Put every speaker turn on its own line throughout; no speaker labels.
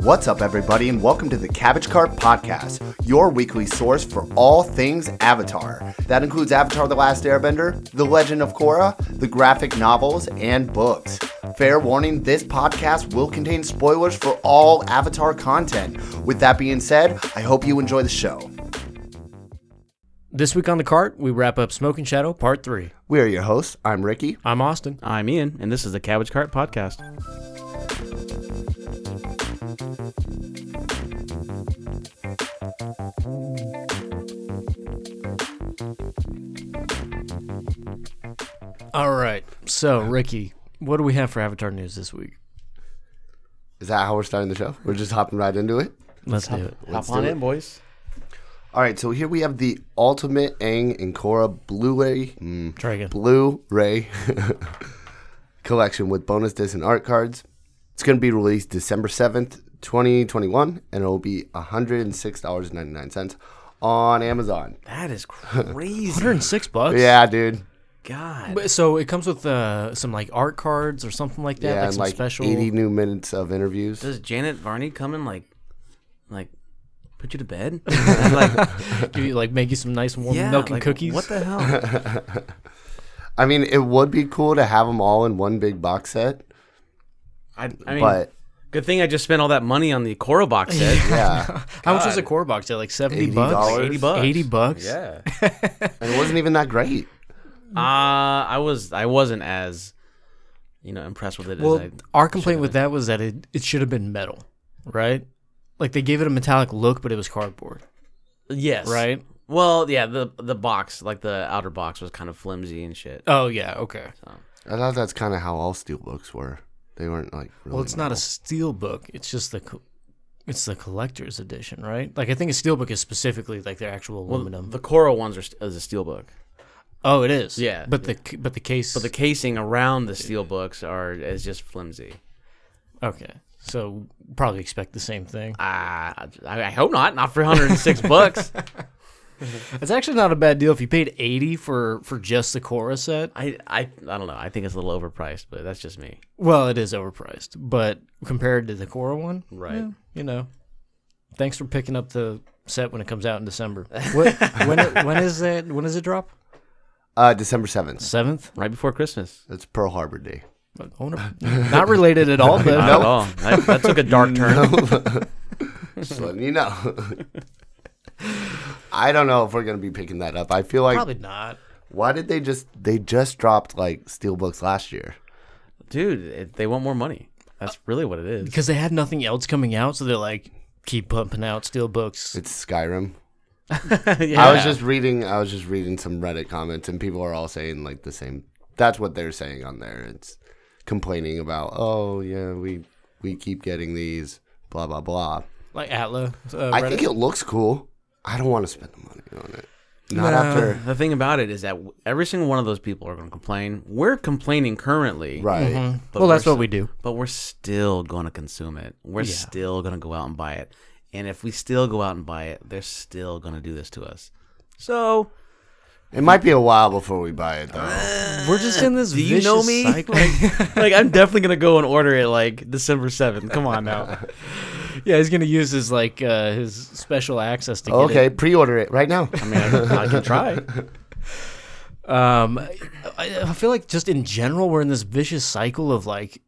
What's up, everybody, and welcome to the Cabbage Cart Podcast, your weekly source for all things Avatar. That includes Avatar The Last Airbender, The Legend of Korra, the graphic novels, and books. Fair warning this podcast will contain spoilers for all Avatar content. With that being said, I hope you enjoy the show.
This week on the cart, we wrap up Smoke and Shadow Part 3.
We are your hosts. I'm Ricky.
I'm Austin.
I'm Ian, and this is the Cabbage Cart Podcast.
All right. So, Ricky, what do we have for Avatar news this week?
Is that how we're starting the show? We're just hopping right into it?
Let's do it.
Hop on in, boys.
All right, so here we have the Ultimate Aang and Korra Blu-ray, mm,
Try again.
Blu-ray collection with bonus disc and art cards. It's going to be released December seventh, twenty twenty-one, and it'll be one hundred and six dollars and ninety-nine cents on Amazon.
That is crazy.
106 bucks.
Yeah, dude.
God.
But- So it comes with uh, some like art cards or something like that,
Yeah,
like
and
some
like
special.
eighty new minutes of interviews.
Does Janet Varney come and like, like, put you to bed? And, like,
Do you, like make you some nice warm
yeah,
milk and
like,
cookies.
What the hell?
I mean, it would be cool to have them all in one big box set,
I, I mean,
but
good thing I just spent all that money on the Cora box set.
yeah,
How much was a core box? At like 70 bucks?
$80?
Eighty bucks.
80 bucks?
Yeah.
and it wasn't even that great.
uh, I was I wasn't as, you know, impressed with it
Well,
as I.
our complaint with that was that it, it should have been metal, right? Like they gave it a metallic look, but it was cardboard,
Yes.
right?
Well, yeah. The the box, like the outer box, was kind of flimsy and shit.
Oh, yeah. Okay.
I thought that's kind of how all steelbooks were. They weren't like really
Well, it's not a steel book. It's just the, co- it's the collector's edition, right? Like I think a steel book is specifically like their actual aluminum.
The Cora ones are st- is a steelbook.
oh, it is.
Yeah,
But the c but the case. But
The casing around the steelbooks are is just flimsy.
okay. So probably expect the same thing.
Ah, I, I hope not. Not for 106 bucks.
It's actually not a bad deal if you paid eighty for for just the Cora set.
I, I I don't know. I think it's a little overpriced, but that's just me.
Well, it is overpriced, but compared to the Cora one,
Right.
yeah, you know, thanks for picking up the set when it comes out in December. What, when it, when is that? When does it drop?
uh, December seventh.
Seventh.
Right before Christmas.
That's Pearl Harbor Day.
Not related at all, but
Not at all. That, that took a dark turn.
Just letting you know. I don't know if we're gonna be picking that up. I feel like
probably not.
why did they just they just dropped like steelbooks last year?
Dude, it, they want more money. That's really what it is.
because they had nothing else coming out, so they're like, keep pumping out steel books.
It's Skyrim.
yeah.
I was just reading I was just reading some Reddit comments and people are all saying like the same that's what they're saying on there. It's complaining about, oh yeah, we we keep getting these, blah blah blah.
Like Atla. Uh,
I think
Reddit.
it looks cool. I don't want to spend the money on it. Not
uh,
after
The thing about it is that w- every single one of those people are going to complain. We're complaining currently.
right.
but
well, that's
we're
what we do.
but we're still going to consume it. We're
Yeah.
still going to go out and buy it. And if we still go out and buy it, they're still going to do this to us. So,
It might be a while before we buy it though.
We're just in this.
do you know
vicious
me?
cycle.
Like, like, I'm definitely going to go and order it like December 7th. Come on now.
yeah, he's gonna use his like uh, his special access to get
okay, pre-order it right now.
I mean, I, I can try.
it. Um, I, I feel like just in general, we're in this vicious cycle of like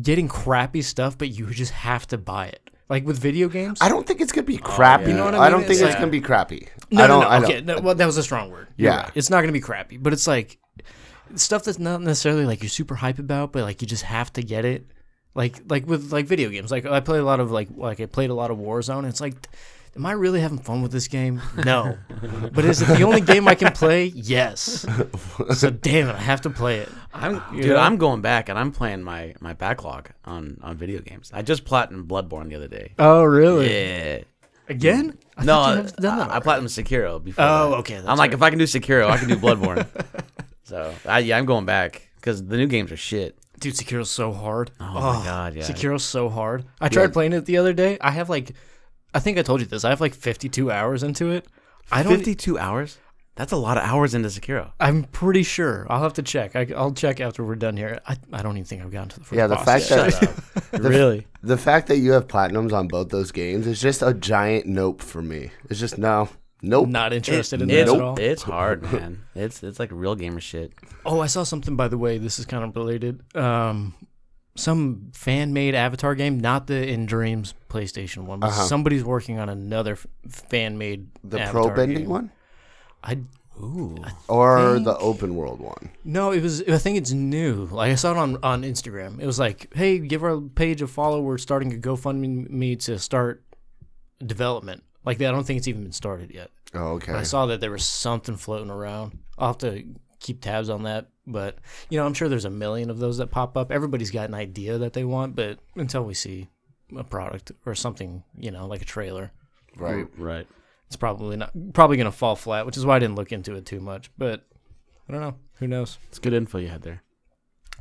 getting crappy stuff, but you just have to buy it. Like with video games.
I don't think it's gonna be crappy.
Oh, You know what I
I
mean?
don't
It's
think it's
like-
gonna be crappy.
No,
I don't.
no, no.
I don't.
okay, no, well, that was a strong word. You're
Yeah.
right. it's not gonna be crappy, but it's like stuff that's not necessarily like you're super hype about, but like you just have to get it. Like like with like video games. Like I play a lot of like like I played a lot of Warzone. And it's like, am I really having fun with this game? No, but is it the only game I can play? Yes. So damn it, I have to play it.
I'm, dude,
know?
I'm going back and I'm playing my, my backlog on, on video games. I just platinum Bloodborne the other day.
Oh really?
Yeah.
Again? I
No,
thought you
I,
had done that
I platinum Sekiro before.
Oh,
that.
okay, that's
I'm like, if I can do Sekiro, I can do Bloodborne. so, I, yeah, I'm going back because the new games are shit.
Dude, Sekiro's so hard. Oh,
my God, yeah.
Sekiro's so hard. I tried playing it the other day. I have like, I think I told you this. I have like 52 hours into it. I don't.
52 hours? That's a lot of hours into Sekiro.
I'm pretty sure. I'll have to check. I, I'll check after we're done here. I, I don't even think I've gotten to the first.
Yeah, the
boss
fact
yet.
that
really?
The fact that you have platinums on both those games is just a giant nope for me. It's just no, nope.
Not interested in
It-
this
it's-
at all.
It's hard, man. It's it's like real gamer shit.
Oh, I saw something by the way. This is kind of related. Um, some fan made Avatar game, not the In Dreams PlayStation one, but somebody's working on another fan made
Uh-huh. the pro bending one
I
Ooh,
or the open world one.
no, it was. I think it's new. Like I saw it on on Instagram. It was like, hey, give our page a follow. We're starting a GoFundMe to start development. Like I don't think it's even been started yet.
Oh, okay.
I saw that there was something floating around. I'll have to keep tabs on that. But you know, I'm sure there's a million of those that pop up. Everybody's got an idea that they want, but until we see a product or something, you know, like a trailer,
right.
right.
it's probably not probably gonna fall flat, which is why I didn't look into it too much. But I don't know. Who knows?
It's good info you had there.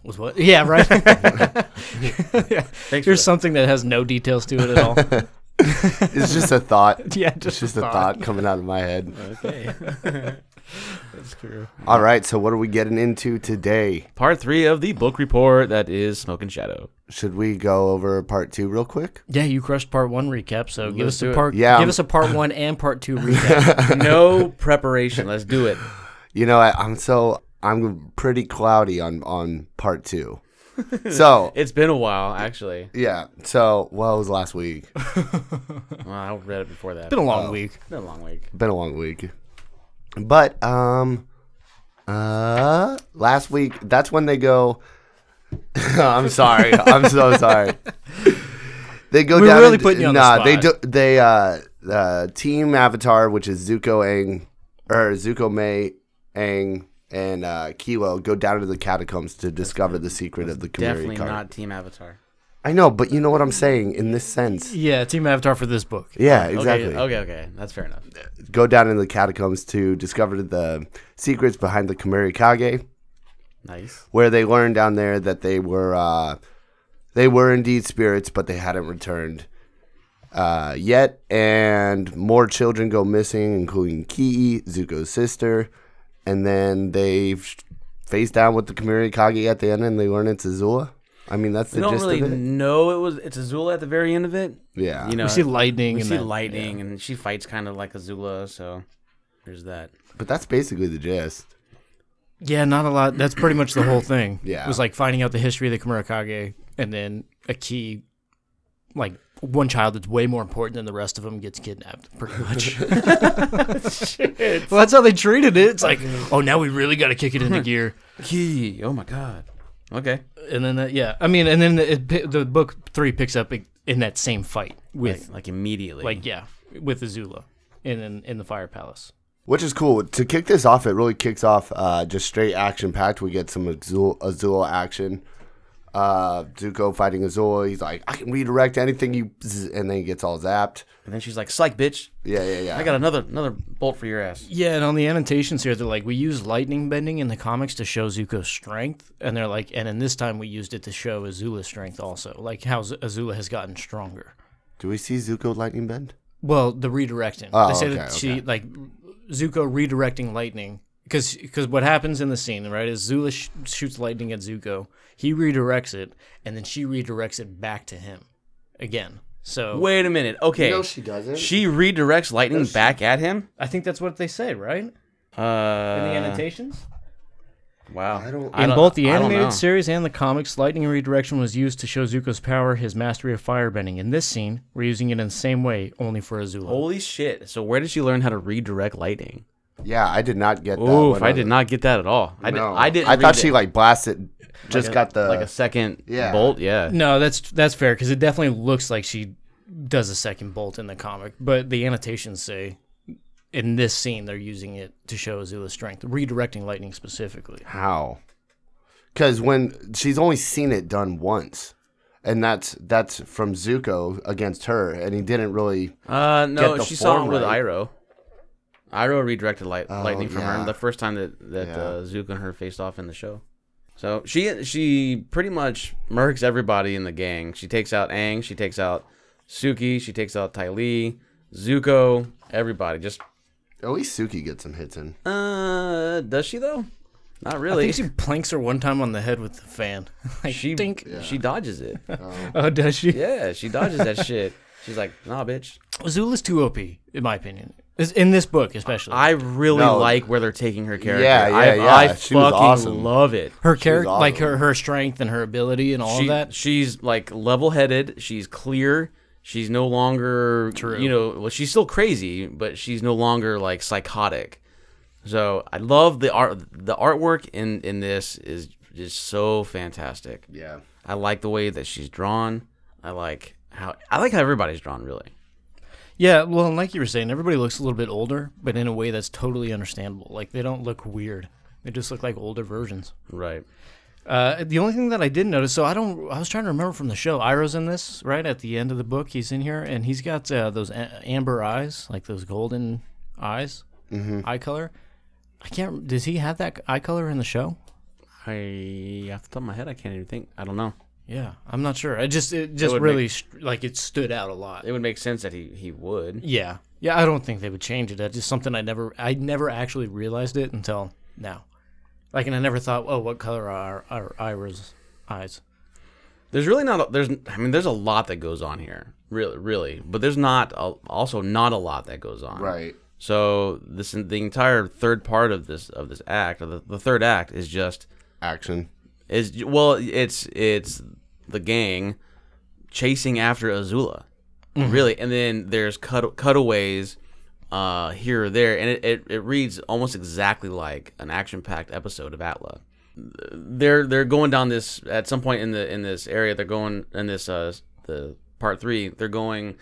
Was what? Yeah, right. yeah.
Thanks.
Here's something that has no details to it at all.
It's just a thought.
yeah,
It's just a thought coming out of my head.
Okay. That's true.
All right, so what are we getting into today?
Part three of the book report that is Smoke and Shadow.
Should we go over part two real quick?
Yeah, you crushed part one recap. So give
Let's
us
do
a
it.
part.
Yeah,
give
I'm-
us a part one and part two recap.
No preparation. Let's do it.
You know, I, I'm so I'm pretty cloudy on on part two. So
It's been a while, actually.
yeah, so well, it was last week.
Well, I read it before that.
Been a long
Oh.
week.
been a long week.
been a long week. But um uh last week that's when they go I'm sorry. I'm so sorry. They go
We're
down
really
and-
putting you on the
nah, they do
spot.
they uh uh team avatar which is Zuko Ang or Zuko Mei Ang and uh Kilo go down to the catacombs to discover the secret of the Khmer
Definitely
card.
not Team Avatar.
I know, but you know what I'm saying in this sense.
Yeah, Team Avatar for this book.
Yeah, exactly.
Okay, okay, okay. That's fair enough.
go down into the catacombs to discover the secrets behind the Kamari Kage,
Nice.
where they learned down there that they were uh, they were indeed spirits, but they hadn't returned uh, yet. And more children go missing, including Kii, Zuko's sister, and then they f- face down with the Kamari Kage at the end, and they learn it's Azula. I mean, that's
We
the
don't
gist
really
of it.
know it was. It's Azula at the very end of it.
Yeah,
You know,
We see lightning.
we
and
see
that-
lightning, and she fights kind of like Azula. So there's that.
but that's basically the gist.
Yeah, not a lot. That's pretty much the whole thing.
Yeah.
it was like finding out the history of the Kamura Kage, and then a key, like one child that's way more important than the rest of them gets kidnapped. Pretty much. Well, that's how they treated it. It's like, oh, now we really got to kick it into gear.
He. Oh my god. Okay.
And then, that, yeah, I mean, and then it, pi- the book three picks up in that same fight with,
Like, like immediately.
like, yeah, with Azula, and then in the Fire Palace.
Which is cool. To kick this off, it really kicks off uh, just straight action packed. We get some Azul, Azul action. Uh, Zuko fighting Azul. He's like, I can redirect anything you, zzz," and then he gets all zapped.
and then she's like, "Psych, bitch.
Yeah, yeah, yeah.
I got another another bolt for your ass."
Yeah, and on the annotations here, they're like, we use lightning bending in the comics to show Zuko's strength, and they're like, and in this time we used it to show Azula's strength also, like how Z- Azula has gotten stronger.
Do we see Zuko lightning bend?
Well, the redirecting.
Oh,
they say
okay,
that she like Zuko redirecting lightning because what happens in the scene right is Zula sh- shoots lightning at Zuko, he redirects it, and then she redirects it back to him again. So
Wait a minute. Okay.
doesn't.
She redirects lightning back at him.
I think that's what they say, right? In
Uh,
the annotations.
wow.
I don't-
In both the
I don't know.
animated series and the comics, lightning redirection was used to show Zuko's power, his mastery of firebending. In this scene, we're using it in the same way, only for Azula.
Holy shit! So where did she learn how to redirect lightning?
yeah, I did not get that.
Oof!
one
I
either.
did not get that at all. I did.
No.
I didn't.
I
read
thought
it
she like blasted. Just got the.
like a second
Yeah.
bolt. Yeah.
No, that's that's fair because it definitely looks like she does a second bolt in the comic, but the annotations say in this scene they're using it to show Azula's strength, redirecting lightning specifically.
how? Because when she's only seen it done once, and that's that's from Zuko against her, and he didn't really.
Uh,
Get
no,
the
she saw
form
him with
right.
Iroh. Iroh redirected light, lightning from
Oh, yeah.
her the first time that that
Yeah.
uh, Zuko and her faced off in the show. So she she pretty much murks everybody in the gang. She takes out Aang. She takes out Suki. She takes out Ty Lee, Zuko. Everybody. Just
At least Suki gets some hits in.
uh, does she though? Not
I
really.
think she planks her one time on the head with the fan. like,
She
dink.
she dodges it.
Oh, does she?
Yeah, she dodges that shit. She's like, nah, bitch.
Azula's too OP, in my opinion. Is- In this book, especially.
I really
No.
like where they're taking her character.
Yeah, yeah,
I,
yeah.
I
She
fucking
was awesome.
love it.
her character, like
awesome.
her, her strength and her ability and all
She-
of that.
She's like level headed. She's clear. She's no longer, you know, well, she's still crazy, but she's no longer like psychotic. So I love the art. The artwork in in this is just so fantastic.
Yeah.
I like the way that she's drawn. I like how I like how everybody's drawn. Really,
Yeah, well, and like you were saying, everybody looks a little bit older, but in a way that's totally understandable. Like they don't look weird; they just look like older versions.
right?
Uh, the only thing that I did notice, so I don't, I was trying to remember from the show. Iroh's in this, right at the end of the book. He's in here, and he's got uh, those a- amber eyes, like those golden eyes, eye color. I can't. Does he have that eye color in the show?
I off the top of my head, I can't even think. I don't know.
Yeah, I'm not sure. I just, it just
would
really, st- like, it stood out a lot.
It would make sense that he he would.
Yeah, yeah. I don't think they would change it. That's just something I never, I never actually realized it until now. Like, and I never thought, oh, what color are, are Ira's eyes?
There's really not. A, there's. I mean, there's a lot that goes on here. Really, really. But there's not. A, also, not a lot that goes on.
Right.
So this the entire third part of this of this act, or the, the third act, is just
Action.
is well, it's it's the gang chasing after Azula, really, and then there's cut cutaways uh, here or there, and it, it, it reads almost exactly like an action packed episode of Atla. They're they're going down this at some point in the in this area. They're going in this uh the part three. They're going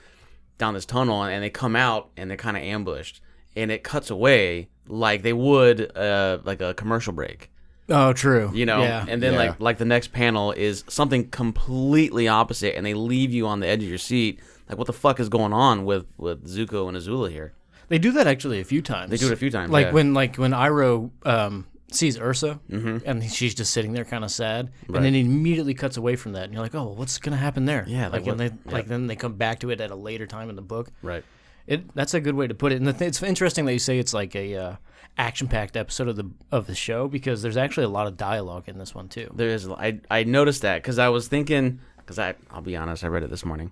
down this tunnel and they come out and they're kind of ambushed and it cuts away like they would uh like a commercial break
Oh, true.
you know
yeah.
and then
Yeah.
like like the next panel is something completely opposite and they leave you on the edge of your seat like what the fuck is going on with with zuko and azula here
they do that actually a few times.
they do it a few times
like
yeah.
when like when Iroh um, sees Ursa
Mm-hmm.
and she's just sitting there kind of sad, and then he immediately cuts away from that, and you're like, oh, what's gonna happen there?
Yeah,
like,
like
when they
what-
like then they come back to it at a later time in the book.
right
It that's a good way to put it, and the th- it's interesting that you say it's like a uh, action-packed episode of the of the show because there's actually a lot of dialogue in this one too.
there is i i noticed that because i was thinking because i i'll be honest i read it this morning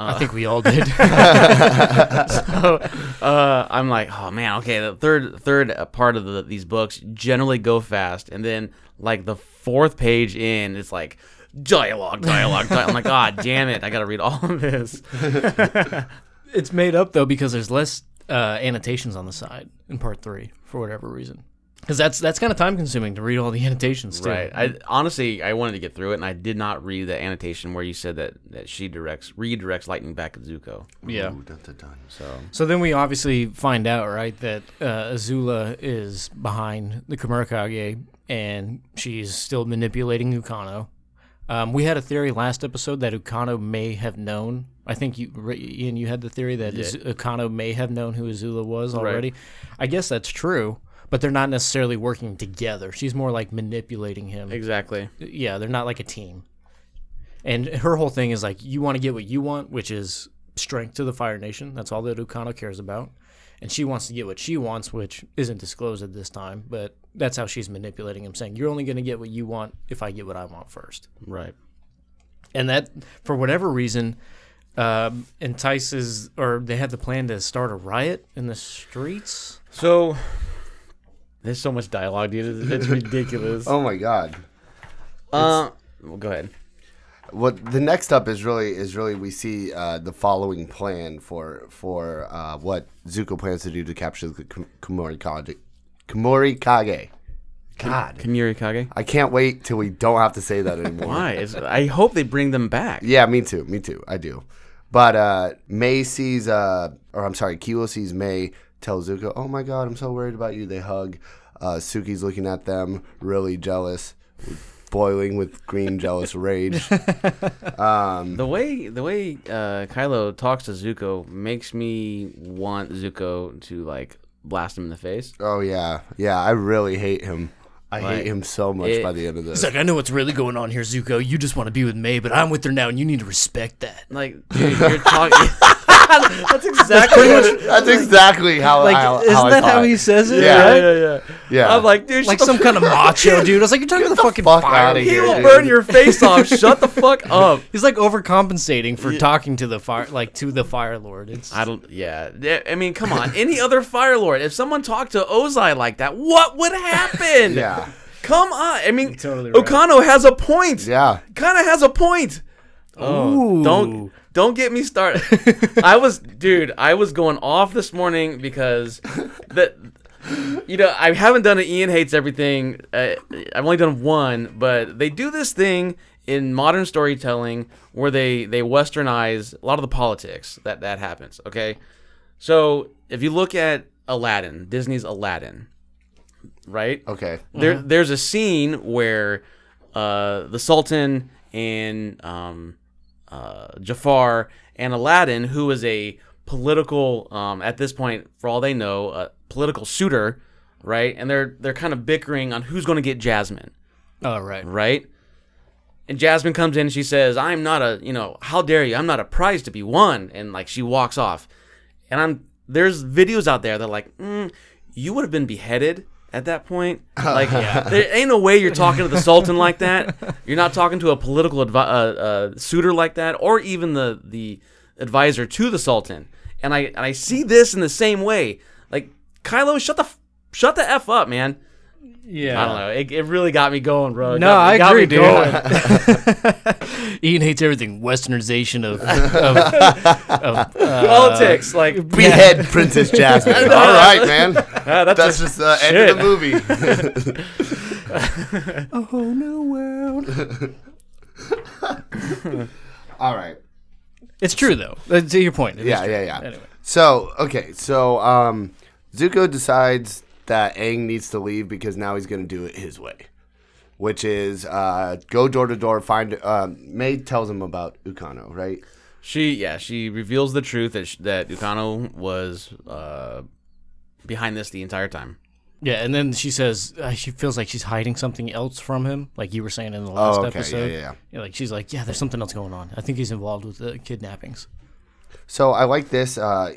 I think we all did.
uh, I'm like, oh man, okay. The third third uh, part of the, these books generally go fast, and then like the fourth page in, it's like dialogue, dialogue. dialogue. I'm like, god damn it, I gotta read all of this.
it's made up though because there's less uh, annotations on the side in part three for whatever reason. Because that's that's kind of time consuming to read all the annotations too.
Right. I honestly, I wanted to get through it, and I did not read the annotation where you said that that she directs redirects lightning back at Zuko.
yeah.
Ooh, dun, dun, dun.
So
So then we obviously find out, right, that uh, Azula is behind the Kamurakage and she's still manipulating Ukano. Um, we had a theory last episode that Ukano may have known. I think you, Ra- Ian, you had the theory that Az- Ukano may have known who Azula was already. I guess that's true, but they're not necessarily working together. She's more like manipulating him
exactly.
yeah, they're not like a team. And her whole thing is like you want to get what you want, which is strength to the Fire Nation. That's all that Ukano cares about. And she wants to get what she wants, which isn't disclosed at this time, but that's how she's manipulating him, saying, You're only gonna get what you want if I get what I want first.
Right.
And that for whatever reason, um, entices or they had the plan to start a riot in the streets.
So there's so much dialogue, dude. It's ridiculous.
Oh my god.
uh, well, go ahead.
What the next up is really is really we see uh, the following plan for for uh, what Zuko plans to do to capture the Kam- Kamori Kage. Kamori Kage. God,
Kamiri Kage.
I can't wait till we don't have to say that anymore.
Why? It's, I hope they bring them back.
Yeah, me too. Me too. I do. But uh, May sees, uh, or I'm sorry, Kiwo sees May tell Zuko, "Oh my God, I'm so worried about you." They hug. Uh, Suki's looking at them, really jealous, boiling with green jealous rage.
The way the way uh, Kylo talks to Zuko makes me want Zuko to like blast him in the face.
Oh yeah, yeah. I really hate him. I
Like,
hate him so much
it-
by the end of this.
It's like, I know what's really going on here, Zuko. You just want to be with May, but I'm with her now, and you need to respect that.
Like dude, you're talking.
That's exactly what
That's exactly how.
like.
how,
isn't
how I
that
thought.
how he says it?
Yeah.
Yeah,
yeah, yeah,
Yeah.
I'm like, dude,
Like
shut the
some kind of macho dude. I was like, you're talking to the, fucking
fuck
fire.
outta
He
here,
will
dude.
burn your face off. Shut the fuck up.
He's like overcompensating for talking to the fire, like to the fire lord. It's
I don't. Yeah. Yeah, I mean, come on. Any other Fire Lord? If someone talked to Ozai like that, what would happen?
Yeah.
Come on. I mean,
totally right.
Okano has a point.
Yeah.
Kind of has a point. Oh,
Ooh.
don't don't get me started. I was, dude. I was going off this morning because that. You know, I haven't done an Ian hates everything. Uh, I've only done one, but they do this thing in modern storytelling where they they westernize a lot of the politics that that happens. Okay, so if you look at Aladdin, Disney's Aladdin, right?
Okay.
There, there's a scene where uh, the Sultan and um, uh, Jafar and Aladdin, who is a political, um, at this point, for all they know, a political suitor, right? And they're they're kind of bickering on who's going to get Jasmine,
Oh right.
right? And Jasmine comes in and she says, "I'm not a, you know, how dare you? I'm not a prize to be won." And like she walks off. And I'm there's videos out there that are like, mm, you would have been beheaded at that point. Like there ain't no way you're talking to the Sultan like that. You're not talking to a political advi- uh, uh, suitor like that, or even the the advisor to the Sultan. And I and I see this in the same way. Like Kylo, shut the f- shut the f up, man.
Yeah.
I don't know. It, it really got me going, bro. It
No,
got, it
I
got me
agree, dude.
going.
Ian hates everything. Westernization of, of, of uh,
politics. Like,
Behead Princess Jasmine. All right, man.
Ah,
that's, just the end of the movie.
oh no world.
All right.
It's true though. Uh, To your point. it is
Yeah,
true.
yeah, yeah.
Anyway.
So, okay. So, um, Zuko decides that Aang needs to leave because now he's going to do it his way, which is uh, go door to door, find. Um, May tells him about Ukano, right?
she, yeah, she reveals the truth that sh- that Ukano was uh, behind this the entire time.
Yeah, and then she says uh, she feels like she's hiding something else from him, like you were saying in the last
Oh, okay. Yeah,
episode.
yeah, yeah.
Like she's like, yeah, there's something else going on. I think he's involved with the kidnappings.
So I like this. Uh,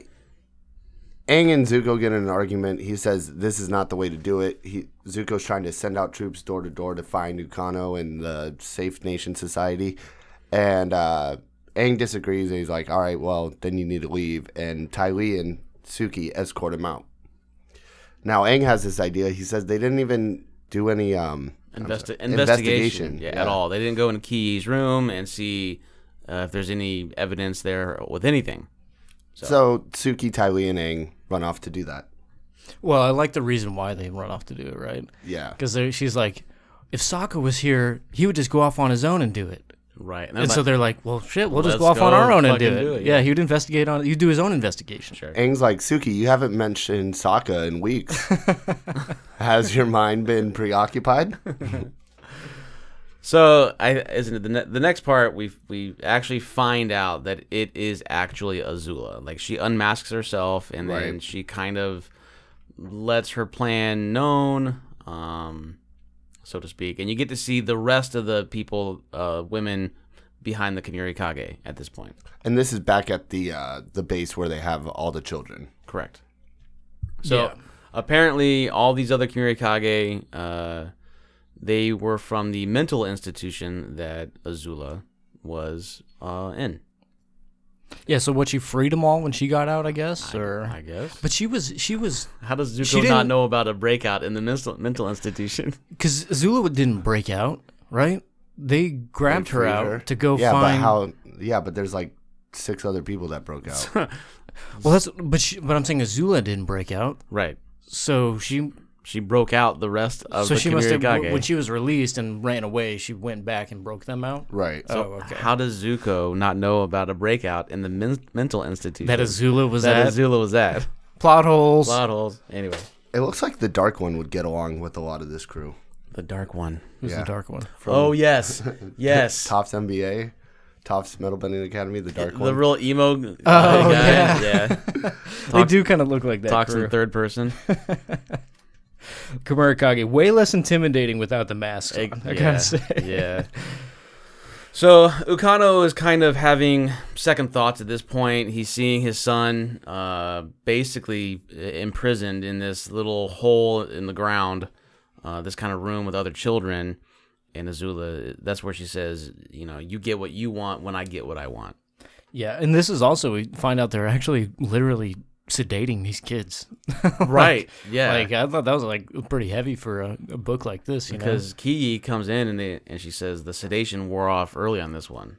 Aang and Zuko get in an argument. He says this is not the way to do it. He, Zuko's trying to send out troops door to door to find Ukano and the Safe Nation Society, and uh, Aang disagrees. And he's like, "All right, well, then you need to leave." And Ty Lee and Suki escort him out. Now Aang has this idea. He says they didn't even do any. Um,
Investi- investigation,
Investigation,
yeah,
yeah.
at all. They didn't go into Kiyi's room and see uh, if there's any evidence there with anything.
so Suki, Ty Lee, and Aang run off to do that.
Well, I like the reason why they run off to do it, right?
Yeah.
Because she's like, if Sokka was here, he would just go off on his own and do it.
Right.
And so they're like, well, shit, we'll just go off
Let's
on
go
our own and do
fucking
it.
do it,
yeah.
yeah.
he would investigate on. He'd do his own investigation. Sure.
Aang's like, Suki, you haven't mentioned Sokka in weeks. Has your mind been preoccupied?
So I isn't it the, ne- the next part we we actually find out that it is actually Azula. Like she unmasks herself and then
Right.
she kind of lets her plan known, um, so to speak. And you get to see the rest of the people, uh, women behind the Kamiri Kage at this point.
And this is back at the uh, the base where they have all the children.
Correct. So
Yeah.
apparently, all these other Kimura Kage, uh, they were from the mental institution that Azula was uh, in.
Yeah. So what? She freed them all when she got out, I guess. Or
I guess.
but she was she was
How does
She
Zuko
didn't-
not know about a breakout in the mental, mental institution?
because Zula didn't break out, right? They grabbed her out
Freezer.
to go
yeah,
find.
but how? Yeah, but there's like six other people that broke out.
Well, that's but she, but I'm saying Azula didn't break out,
right.
so she
She broke out the rest of
so
the
she
Kimura
must have
Kage.
when she was released and ran away, she went back and broke them out.
right.
Oh, okay.
How does Zuko not know about a breakout in the men- mental institution
That Azula was
that
at
Azula was at?
plot holes.
Plot holes. Anyway,
it looks like the Dark One would get along with a lot of this crew.
the dark one.
Who's
yeah.
the dark one?
oh yes, yes.
Topps MBA, Topps Metal Bending Academy, the Dark
The
One.
real emo g-
Oh,
guy.
yeah.
Yeah.
they do kind of look like that.
Talks
crew.
in third person.
Kamurakage way less intimidating without the mask.
Egg-
on, I
yeah.
gotta say.
Yeah. So Ukano is kind of having second thoughts at this point. He's seeing his son uh, basically imprisoned in this little hole in the ground, uh, this kind of room with other children. And Azula, that's where she says, you know, you get what you want when I get what I want.
Yeah, and this is also we find out they're actually literally sedating these kids. Like-
yeah.
Like I thought that was like pretty heavy for a, a book like this, you know.
because Kiyi comes in and they, and she says the sedation wore off early on this one.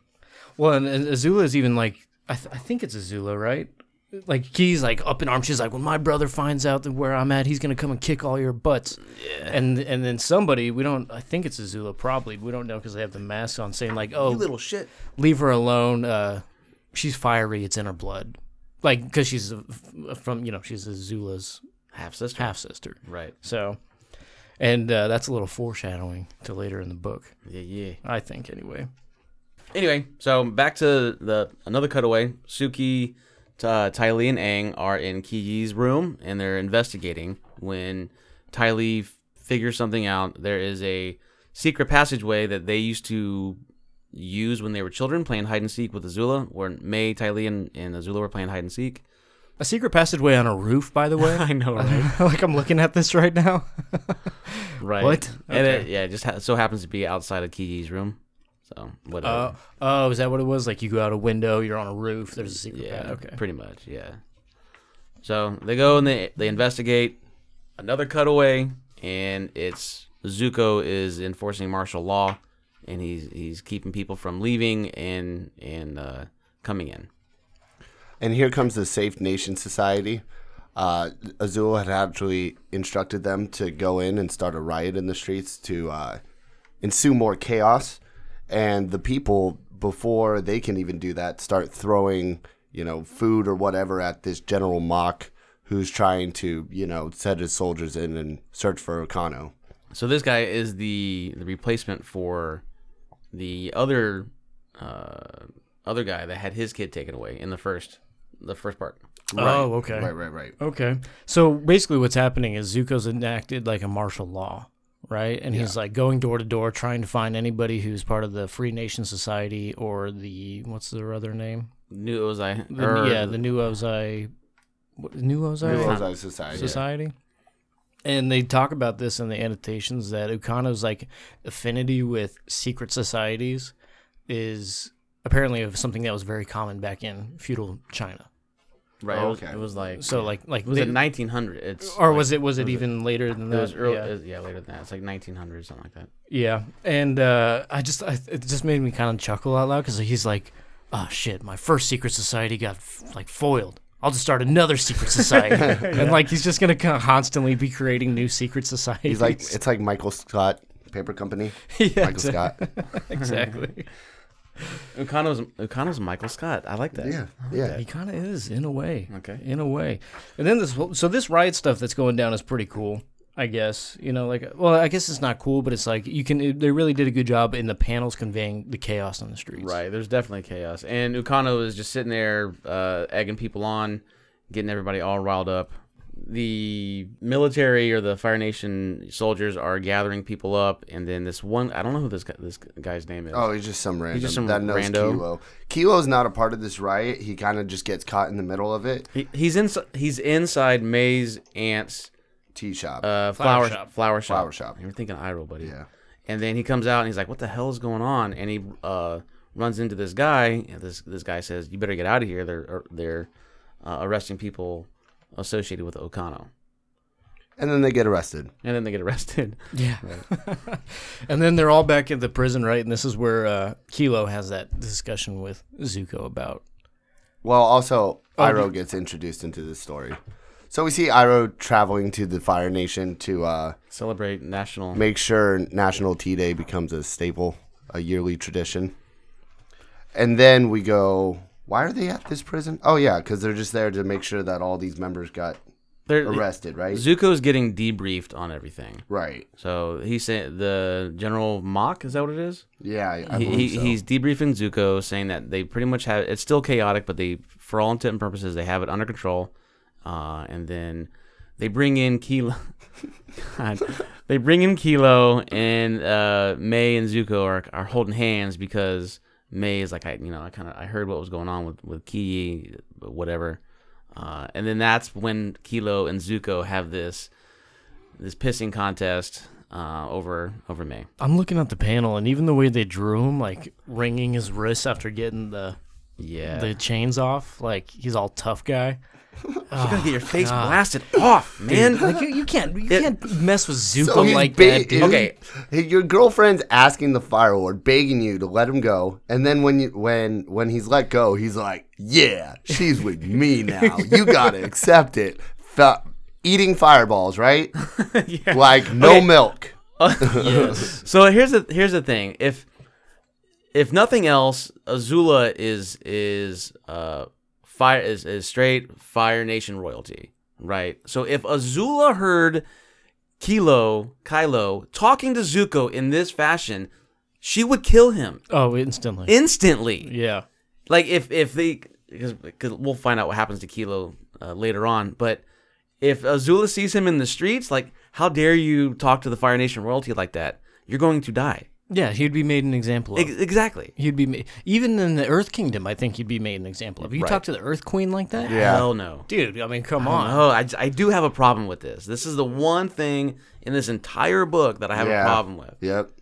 Well, and, and Azula is even like I, th- I think it's Azula, right? Like Key's like up in arms. She's like, when my brother finds out that where I'm at, he's gonna come and kick all your butts. Yeah. And and then somebody we don't I think it's Azula probably we don't know because they have the mask on saying like oh
shit.
leave her alone. Uh, she's fiery. It's in her blood. Like, because she's a- f- from, you know, she's Azula's
Half sister.
half sister.
Right.
So, and uh, that's a little foreshadowing to later in the book,
Yeah, yeah.
I think, anyway.
Anyway, so back to the another cutaway. Suki, T- uh, Ty Lee, and Aang are in Kiyi's room and they're investigating. When Ty Lee f- figures something out, there is a secret passageway that they used to use when they were children playing hide and seek with Azula, where May, Ty Lee, and, and Azula were playing hide and seek.
A secret passageway on a roof, by the way.
I know, right?
like, I'm looking at this right now.
Right.
What?
And it, yeah, it just ha- so happens to be outside of Kiyi's room. So whatever.
Uh, oh, is that what it was? Like, you go out a window, you're on a roof, there's a secret
yeah.
passage. Okay.
Pretty much. Yeah. So they go and they they investigate another cutaway, and it's Zuko is enforcing martial law, and he's he's keeping people from leaving and and uh, coming in.
And here comes the Safe Nation Society. Uh, Azul had actually instructed them to go in and start a riot in the streets to uh, ensue more chaos. And the people, before they can even do that, start throwing, you know, food or whatever at this General Mock who's trying to, you know, set his soldiers in and search for Okano.
So this guy is the the replacement for the other uh, other guy that had his kid taken away in the first the first part.
Oh, okay.
right, right.
Okay. So basically, what's happening is Zuko's enacted like a martial law, right? And he's like going door to door trying to find anybody who's part of the Free Nation Society or the what's their other name?
Knew it was I. er,
The,
or-
yeah, the New Ozai, what, New Ozai
New Ozai Society.
Uh-huh. Society. And they talk about this in the annotations that Ukano's like affinity with secret societies is apparently of something that was very common back in feudal China.
right.
Oh,
it, was,
okay.
it was like
So like like
it was
they-
at 1900. It's
or
like-
was it was it even later than
It
that?
was early,
Yeah.
yeah. later than that. It's like 1900, something like that.
Yeah, and uh, I just I, it just made me kind of chuckle out loud because he's like, "Oh shit, my first secret society got f- like foiled. I'll just start another secret society." And like he's just gonna kind of constantly be creating new secret societies.
He's like, it's like Michael Scott, Paper Company.
yeah,
Michael Scott.
exactly.
Ukano's Ukano's Michael Scott. I like that.
Yeah, yeah.
He kind of is in a way.
Okay.
In a way. And then this whole- so this riot stuff that's going down is pretty cool. I guess you know, like, well, I guess it's not cool, but it's like you can. It, they really did a good job in the panels conveying the chaos on the streets.
Right. There's definitely chaos, and Ukano is just sitting there, uh, egging people on, getting everybody all riled up. The military or the Fire Nation soldiers are gathering people up, and then this one—I don't know who this guy, this guy's name is.
Oh, he's just some random.
just some
that knows
rando.
Kilo. Kilo's not a part of this riot. He kind of just gets caught in the middle of it.
He, he's in. He's inside May's aunt's
Tea shop.
uh,
Flower
flower,
shop.
shop. Flower shop.
Flower shop.
You were thinking Iroh, buddy.
Yeah.
And then he comes out and he's like, "What the hell is going on?" And he uh, runs into this guy. And this this guy says, "You better get out of here. They're er, they're uh, arresting people associated with Okano."
and then they get arrested.
And then they get arrested.
Yeah. and then they're all back at the prison, right? And this is where uh, Kilo has that discussion with Zuko about.
Well, also,
oh,
Iroh gets introduced into this story. So we see Iroh traveling to the Fire Nation to uh,
Celebrate national.
make sure National Tea Day becomes a staple, a yearly tradition. And then we go, why are they at this prison? Oh, yeah, because they're just there to make sure that all these members got
They're,
arrested, right?
Zuko's getting debriefed on everything.
Right.
So he said the General Mock is that what it is?
Yeah, I, I
He,
believe
he-
so.
He's debriefing Zuko, saying that they pretty much have it's still chaotic, but they, for all intent and purposes, they have it under control. Uh, and then They bring in Kilo. God. They bring in Kilo and uh, May and Zuko are, are holding hands because May is like I you know I kind of I heard what was going on with with Kiyi whatever, uh, and then that's when Kilo and Zuko have this this pissing contest uh, over over May.
I'm looking at the panel, and even the way they drew him, like wringing his wrists after getting the
Yeah,
the chains off, like he's all tough guy.
you gotta get your face blasted off, man.
Like you, you can't you can't mess with Zuko
So Oh, he's
like
ba-
that, dude.
Okay.
Hey, Your girlfriend's asking the Fire Lord, begging you to let him go, and then when you when when he's let go, he's like, "Yeah, she's with me now. You gotta accept it." Fa- eating fireballs, right? Like no
Okay.
milk.
So here's the here's the thing. If if nothing else, Azula is is uh fire is, is straight Fire Nation royalty, right? So if Azula heard Kilo Kylo talking to Zuko in this fashion, she would kill him
Oh, instantly.
instantly.
yeah.
Like if if they because we'll find out what happens to Kilo uh, later on, but if Azula sees him in the streets, like how dare you talk to the Fire Nation royalty like that? You're going to die.
Yeah, he'd be made an example of.
Ex- Exactly.
He'd be ma- even in the Earth Kingdom. I think he'd be made an example of. You
Right.
talk to the Earth Queen like that,
Yeah.
Hell no.
dude. I mean, come on.
No, I, I do have a problem with this. This is the one thing in this entire book that I have
Yeah.
a problem with.
Yep.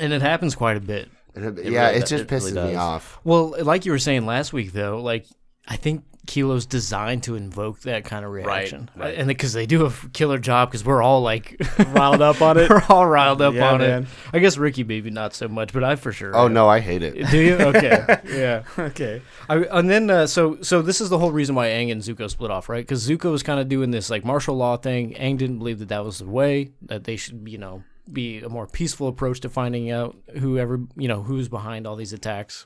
And it happens quite a bit.
And it- yeah,
really
it
does-
just
it really
pisses me
does.
off.
Well, like you were saying last week, though, like I think Kilo's designed to invoke that kind of reaction,
right.
and because they do a f- killer job, because we're all like riled up on it. We're all riled up
Yeah,
on it.
man.
I guess Ricky maybe not so much, but I for sure.
Oh
am.
no, I hate it.
Do you? Okay. yeah. Okay. I, and then uh, so so this is the whole reason why Aang and Zuko split off, right? Because Zuko was kind of doing this like martial law thing. Aang didn't believe that that was the way that they should, you know, be a more peaceful approach to finding out whoever you know who's behind all these attacks.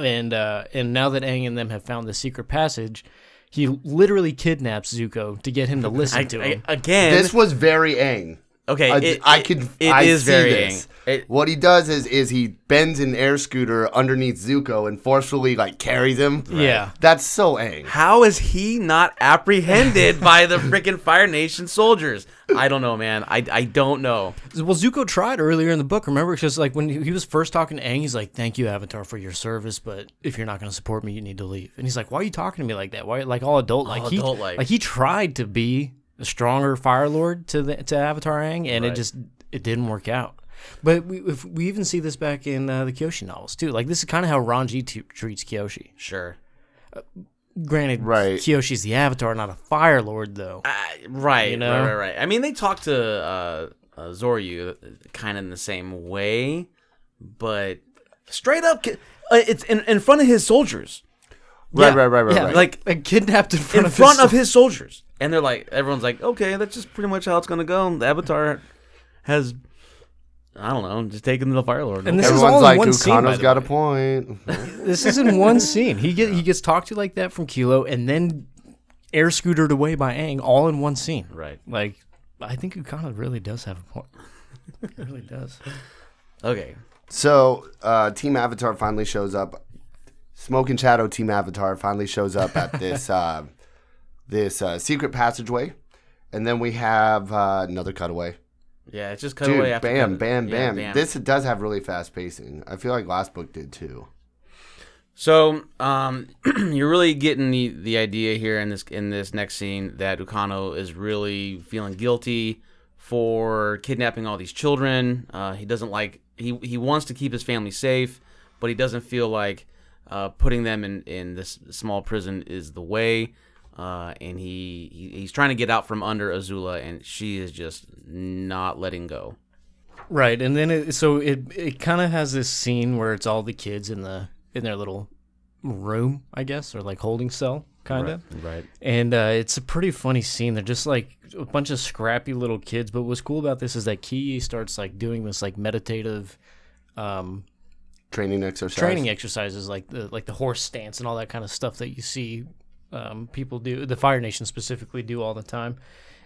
And uh, and now that Aang and them have found the secret passage, he literally kidnaps Zuko to get him to listen
I,
to
I,
him.
again,
This was very Aang.
okay,
I,
it,
I
it-
could.
it
I
is
see
very
this.
ang- it-
what he does is is he bends an air scooter underneath Zuko and forcefully like carries him.
Yeah.
That's so Aang.
how is he not apprehended by the freaking Fire Nation soldiers? I don't know, man. I, I don't know.
Well, Zuko tried earlier in the book. Remember, because like when he was first talking to Aang, he's like, "Thank you, Avatar, for your service, but if you're not going to support me, you need to leave." And he's like, "Why are you talking to me like that? Why like all adult like
All
he
adult-like.
like he tried to be a stronger Fire Lord to the to Avatar Aang, and it
Right.
just it didn't work out." But we if we even see this back in uh, the Kyoshi novels too. Like this is kind of how Ranji t- treats Kyoshi.
Sure.
Granted,
Right.
Kyoshi's the Avatar, not a Fire Lord, though.
I- Uh, right,
You know?
right, right, right. I mean, they talk to uh, uh, Zoryu kind of in the same way, but straight up, ki- uh, it's in, in front of his soldiers,
Right,
Yeah.
right, right, right,
Yeah,
right.
like
Like kidnapped in
in
front of
front
his
of his soldiers, and they're like, everyone's like, okay, that's just pretty much how it's gonna go. The Avatar has, I don't know, just taken the Fire Lord.
And this is all
Everyone's
in
like,
one scene, by
Ukano's
the
got
way.
a point.
This is in one scene. He get he gets talked to like that from Kilo, and then air scootered away by Aang, all in one scene.
right.
Like, I think Ukana really does have a point. It really does.
Okay.
So uh, Team Avatar finally shows up. Smoke and Shadow Team Avatar finally shows up at this uh, this uh, secret passageway, and then we have uh, another cutaway.
Yeah, it's just cut
Dude,
away after
bam,
cut-
bam,
yeah,
bam, This does have really fast pacing. I feel like last book did too.
So um, you're really getting the, the idea here in this in this next scene that Ukano is really feeling guilty for kidnapping all these children. Uh, he doesn't like he he wants to keep his family safe, but he doesn't feel like uh, putting them in, in this small prison is the way. Uh, and he, he he's trying to get out from under Azula, and she is just not letting go.
Right, and then it, so it it kind of has this scene where it's all the kids in the in their little room, I guess, or like holding cell, kind of.
Right.
And uh, it's a pretty funny scene. They're just like a bunch of scrappy little kids. But what's cool about this is that Ki starts like doing this like meditative, um,
Training exercise.
training exercises like the like the horse stance and all that kind of stuff that you see um, people do the Fire Nation specifically do all the time.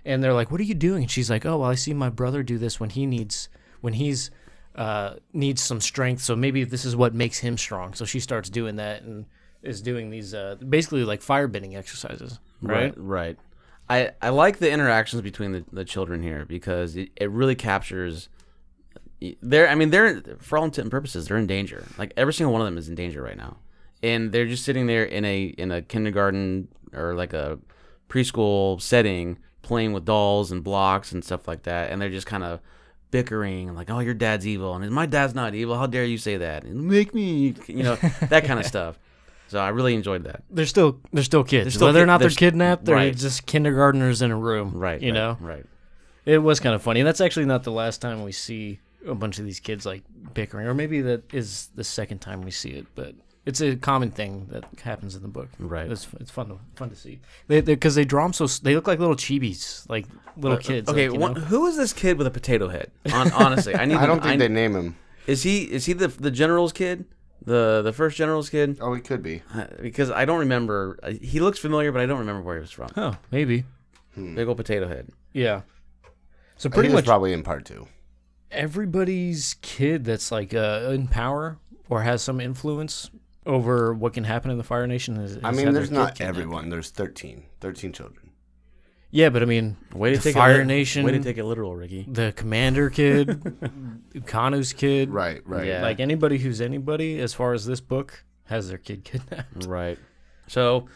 And they're like, "What are you doing?" And she's like, "Oh, well, I see my brother do this when he needs when he's uh, needs some strength. So maybe this is what makes him strong." So she starts doing that and is doing these uh, basically like fire bending exercises, right?
Right. I, I like the interactions between the, the children here because it, it really captures they're I mean they're for all intent and purposes they're in danger like every single one of them is in danger right now and they're just sitting there in a in a kindergarten or like a preschool setting playing with dolls and blocks and stuff like that and they're just kind of bickering and like oh your dad's evil and my dad's not evil how dare you say that and make me you know that kind of stuff so I really enjoyed that
They're still they're still kids.
still
Whether or
kid-
not they're,
they're s-
kidnapped, they're
right.
just kindergartners in a room.
right
You
right,
know,
right
it was kind of funny. And that's actually not the last time we see a bunch of these kids like bickering, or maybe that is the second time we see it. But it's a common thing that happens in the book.
Right.
It's it's fun to fun to see. They because they draw them so s- they look like little chibis, like little
Uh,
kids.
okay
like, you
one,
know?
who is this kid with a potato head Hon- honestly I need
I don't think
I,
they name him.
Is he is he the the general's kid? The the first general's kid?
Oh, it could be.
Uh, Because I don't remember. uh, He looks familiar, but I don't remember where he was from.
Oh, maybe.
Hmm.
Big old potato head.
Yeah. So
Pretty
pretty
I think much
much
probably in part two.
everybody's kid that's like uh, in power or has some influence over what can happen in the Fire Nation is.
I mean, there's not everyone. There's 13. 13 children.
Yeah, but I mean,
Way to
the
take
Fire
it, lit-
Nation,
Way to take it literal, Ricky.
the Commander kid, Kanu's kid,
Right, right.
Yeah.
Like anybody who's anybody, as far as this book has their kid kidnapped.
Right. So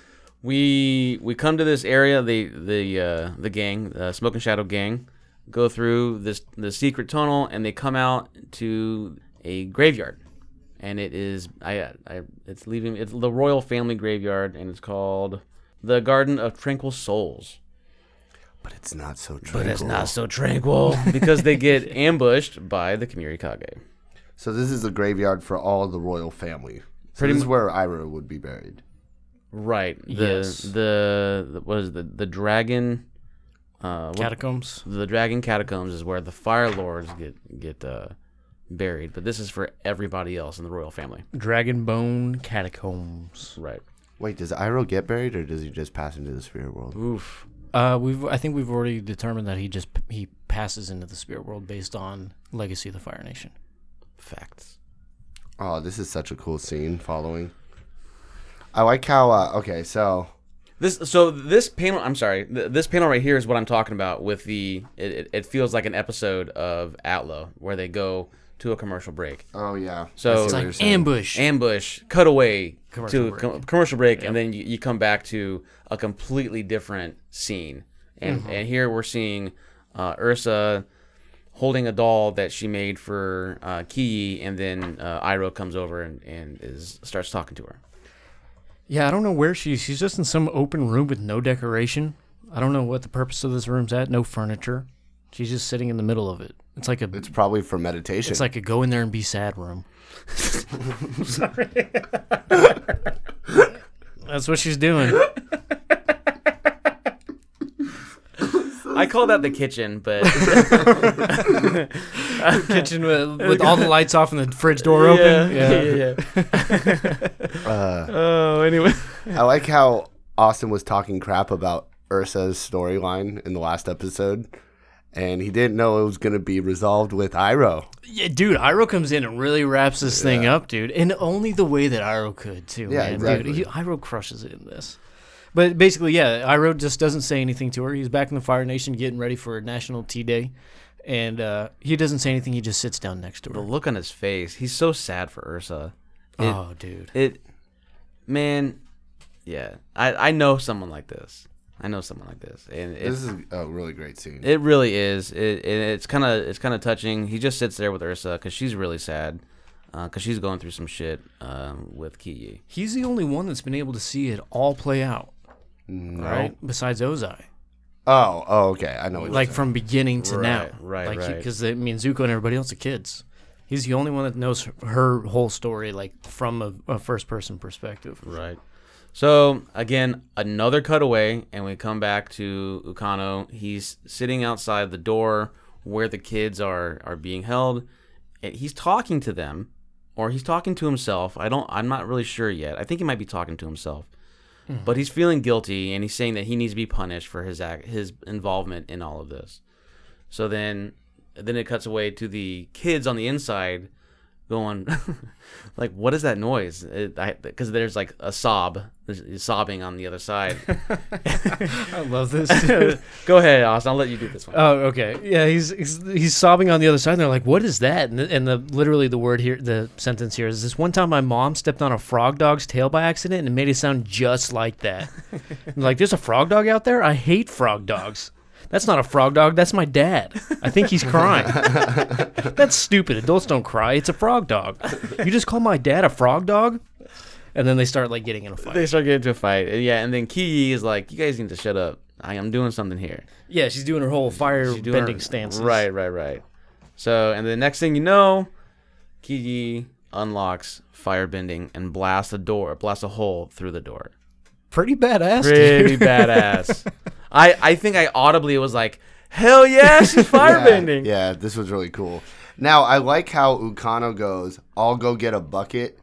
we we come to this area. The the uh, the gang, uh, Smoke and Shadow gang, go through this the secret tunnel, and they come out to a graveyard. And it is I I it's leaving it's the royal family graveyard, and it's called the Garden of Tranquil Souls.
But it's not so tranquil.
But it's not so tranquil because they get ambushed by the Kamiri Kage.
So this is the graveyard for all the royal family. So
Pretty
this is where Ira would be buried.
Right. The
Yes.
the, the what is the the dragon uh what-
Catacombs.
the dragon catacombs is where the fire lords get get uh buried, but this is for everybody else in the royal family.
Dragonbone Catacombs.
Right.
Wait, does Iro get buried or does he just pass into the spirit world?
Oof.
Uh, we've I think we've already determined that he just he passes into the spirit world based on Legacy of the Fire Nation.
Facts.
Oh, this is such a cool scene following. I like how, uh, okay, so
This so this panel. I'm sorry. Th- this panel right here is what I'm talking about. With the it, it, it feels like an episode of Outlaw where they go to a commercial break.
Oh yeah.
So-
I see
It's
what
It's
you're
like
saying.
ambush.
ambush, cutaway
Commercial
to
break.
Com- commercial break, and then you, you come back to a completely different scene. And
Mm-hmm.
and here we're seeing uh, Ursa holding a doll that she made for uh, Kiyi, and then uh, Iroh comes over and, and is starts talking to her.
Yeah, I don't know where she is. She's just in some open room with no decoration. I don't know what the purpose of this room's at. No furniture. She's just sitting in the middle of it. It's like a
it's probably for meditation.
it's like a go in there and be sad room. Sorry. That's what she's doing.
I call that the kitchen, but
Kitchen with, with all the lights off and the fridge door open. Yeah. Oh, anyway.
I like how Austin was talking crap about Ursa's storyline in the last episode, and he didn't know it was gonna be resolved with Iro.
Yeah, dude, Iroh comes in and really wraps this thing up, dude, and only the way that Iroh could too.
Yeah,
man.
exactly.
Dude, he, Iroh crushes it in this. But basically, yeah, Iroh just doesn't say anything to her. He's back in the Fire Nation getting ready for National Tea Day, and uh, he doesn't say anything. He just sits down next to
the
her.
look on his face, he's so sad for Ursa.
Oh, dude.
It, man, yeah. I I know someone like this. I know someone like this, and it,
This is a really great scene.
It really is. It, it it's kind of it's kind of touching. He just sits there with Ursa because she's really sad, because she's going through some shit um, with Kiyi.
He's the only one that's been able to see it all play out,
No.
right? Besides Ozai.
Oh, oh, okay. I know what
like from beginning to now,
Right, right,
Like
right.
because I mean Zuko and everybody else are kids. He's the only one that knows her whole story, like from a, a first person perspective.
Right. So again, another cutaway, and we come back to Ukano. He's sitting outside the door where the kids are are being held. And he's talking to them, or he's talking to himself. I don't. I'm not really sure yet. I think he might be talking to himself, but he's feeling guilty, and he's saying that he needs to be punished for his act, his involvement in all of this. So then, then it cuts away to the kids on the inside going, like, what is that noise? Because there's like a sob, there's sobbing on the other side.
I love this. dude.
Go ahead, Austin. I'll let you do this one.
oh, okay. Yeah, he's, he's he's sobbing on the other side. And they're like, "What is that?" And the, and the literally the word here, the sentence here is this: One time, my mom stepped on a frog dog's tail by accident and it made it sound just like that. And like, there's a frog dog out there. I hate frog dogs. That's not a frog dog. That's my dad. I think he's crying. That's stupid. Adults don't cry. It's a frog dog. You just call my dad a frog dog, and then they start like getting in a fight.
They start getting into a fight. and Yeah, and then Kiyi is like, you guys need to shut up. I am doing something here.
Yeah, she's doing her whole fire
She's doing
bending
her-
stances.
Right, right, right. So, and the next thing you know, Kiyi unlocks fire bending and blasts a door, blasts a hole through the door.
Pretty badass.
Pretty badass. I I think I audibly was like, hell yeah, she's firebending.
Yeah, this was really cool. Now I like how Ukano goes. I'll go get a bucket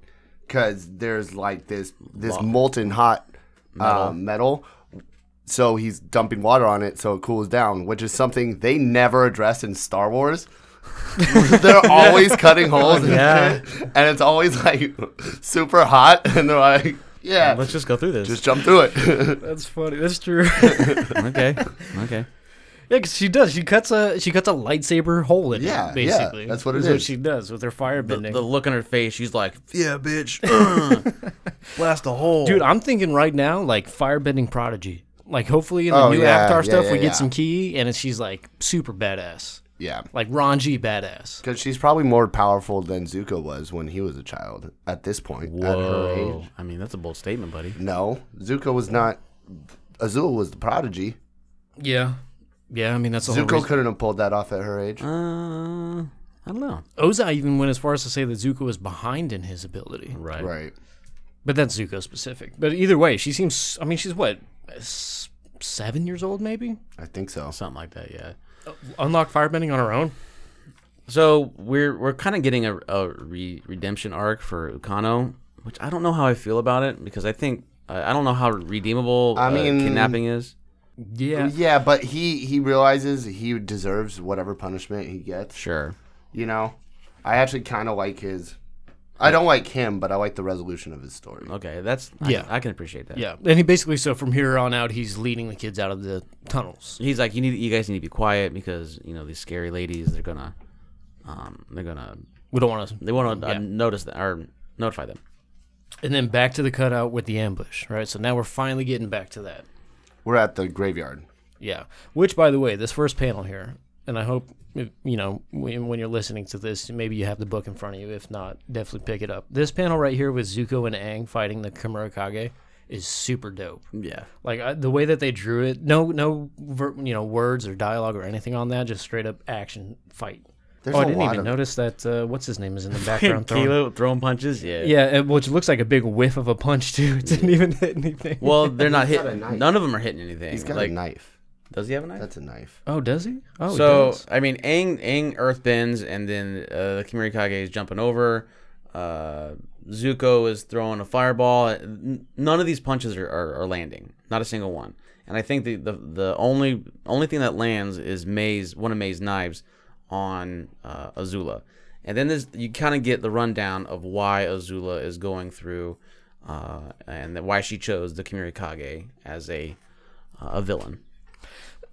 because there's like this this molten hot uh, metal. So he's dumping water on it so it cools down, which is something they never address in Star Wars. they're always cutting holes,
Yeah.
and, shit, and it's always like super hot, and they're like, "Yeah,
Let's just go through this.
just jump through it."
That's funny. That's true.
okay. Okay.
Yeah, 'cause she does. She cuts a she cuts a lightsaber hole in
Yeah,
it.
yeah,
Basically,
that's what it
is.
is.
she does with her fire
The,
bending.
the look on her face, she's like, yeah, bitch. uh, blast a hole.
Dude, I'm thinking right now like fire bending prodigy. Like hopefully in the
Oh,
new
yeah,
Avatar
yeah,
stuff,
yeah,
we
yeah.
get some key, and it's, she's like super badass,
yeah,
like Ranji badass.
because she's probably more powerful than Zuko was when he was a child. At this point, at her age.
Whoa. I mean, that's a bold statement, buddy.
No, Zuko was not. Azula was the prodigy.
Yeah, yeah. I mean that's the whole
Zuko
reason.
couldn't have pulled that off at her age.
Uh, I don't know.
Ozai even went as far as to say that Zuko was behind in his ability.
Right.
Right.
But that's Zuko specific. But either way, she seems. I mean, she's what s- seven years old, maybe.
I think so.
Something like that, yeah.
Unlock firebending on her own.
So we're we're kind of getting a, a re- redemption arc for Ukano, which I don't know how I feel about it because I think I I don't know how redeemable
I
uh,
mean-
kidnapping is.
Yeah.
Yeah, but he he realizes he deserves whatever punishment he gets.
Sure.
You know, I actually kind of like his. I don't like him, but I like the resolution of his story.
Okay, that's
Yeah.
yeah. I, can appreciate that.
Yeah. And he basically so from here on out he's leading the kids out of the tunnels.
He's like, you need you guys need to be quiet because you know these scary ladies. They're gonna, um, they're gonna
We don't want to
they want to uh,
Yeah.
notice that or notify them.
And then back to the cutout with the ambush, right? So now we're finally getting back to that.
We're at the graveyard.
Yeah. Which by the way, this first panel here, and I hope if- you know when when you're listening to this, maybe you have the book in front of you. If not, definitely pick it up. This panel right here with Zuko and Aang fighting the Kamurakage is super dope.
Yeah.
Like I, the way that they drew it, no no ver, you know words or dialogue or anything on that, just straight up action fight.
There's
Oh, I
a
didn't
lot
even
of-
notice that. Uh, what's his name is in the background throwing.
Kilo throwing punches. Yeah.
Yeah, and- which looks like a big whiff of a punch too. It didn't even hit anything.
Well, they're not
got a
hitting.
knife.
None of them are hitting anything.
He's got
like,
a knife.
does he have a knife?
That's a knife.
oh, does he? Oh, he
So
does.
I mean, Aang Aang earthbends, and then uh, the Kimirikage is jumping over. Uh, Zuko is throwing a fireball. N- None of these punches are, are, are landing. Not a single one. And I think the, the the only only thing that lands is May's one of May's knives on uh, Azula. And then this, you kind of get the rundown of why Azula is going through, uh, and why she chose the Kimirikage as a uh, a villain.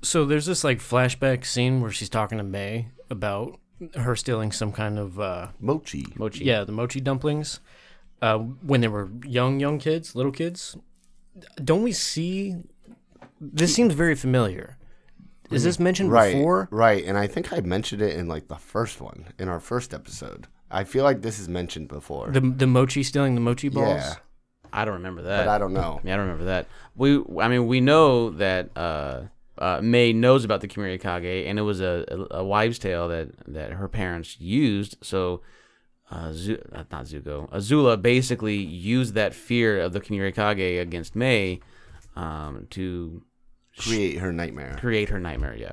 so there's this like flashback scene where she's talking to May about her stealing some kind of uh,
Mochi.
Mochi.
yeah, the mochi dumplings uh, when they were young, young kids, little kids. Don't we see? This seems very familiar. Is this mentioned
Right.
before?
Right. And I think I mentioned it in like the first one, in our first episode. I feel like this is mentioned before.
The the mochi stealing the mochi balls. Uh,
yeah.
I don't remember that.
But I don't know.
Yeah, I don't remember that. We, I mean, we know that uh, uh, May knows about the Kimirikage, and it was a, a, a wives' tale that, that her parents used. So, uh, Zu- uh, not Zuko, Azula basically used that fear of the Kimirikage against May um, to
Create her nightmare.
create her nightmare. Yeah,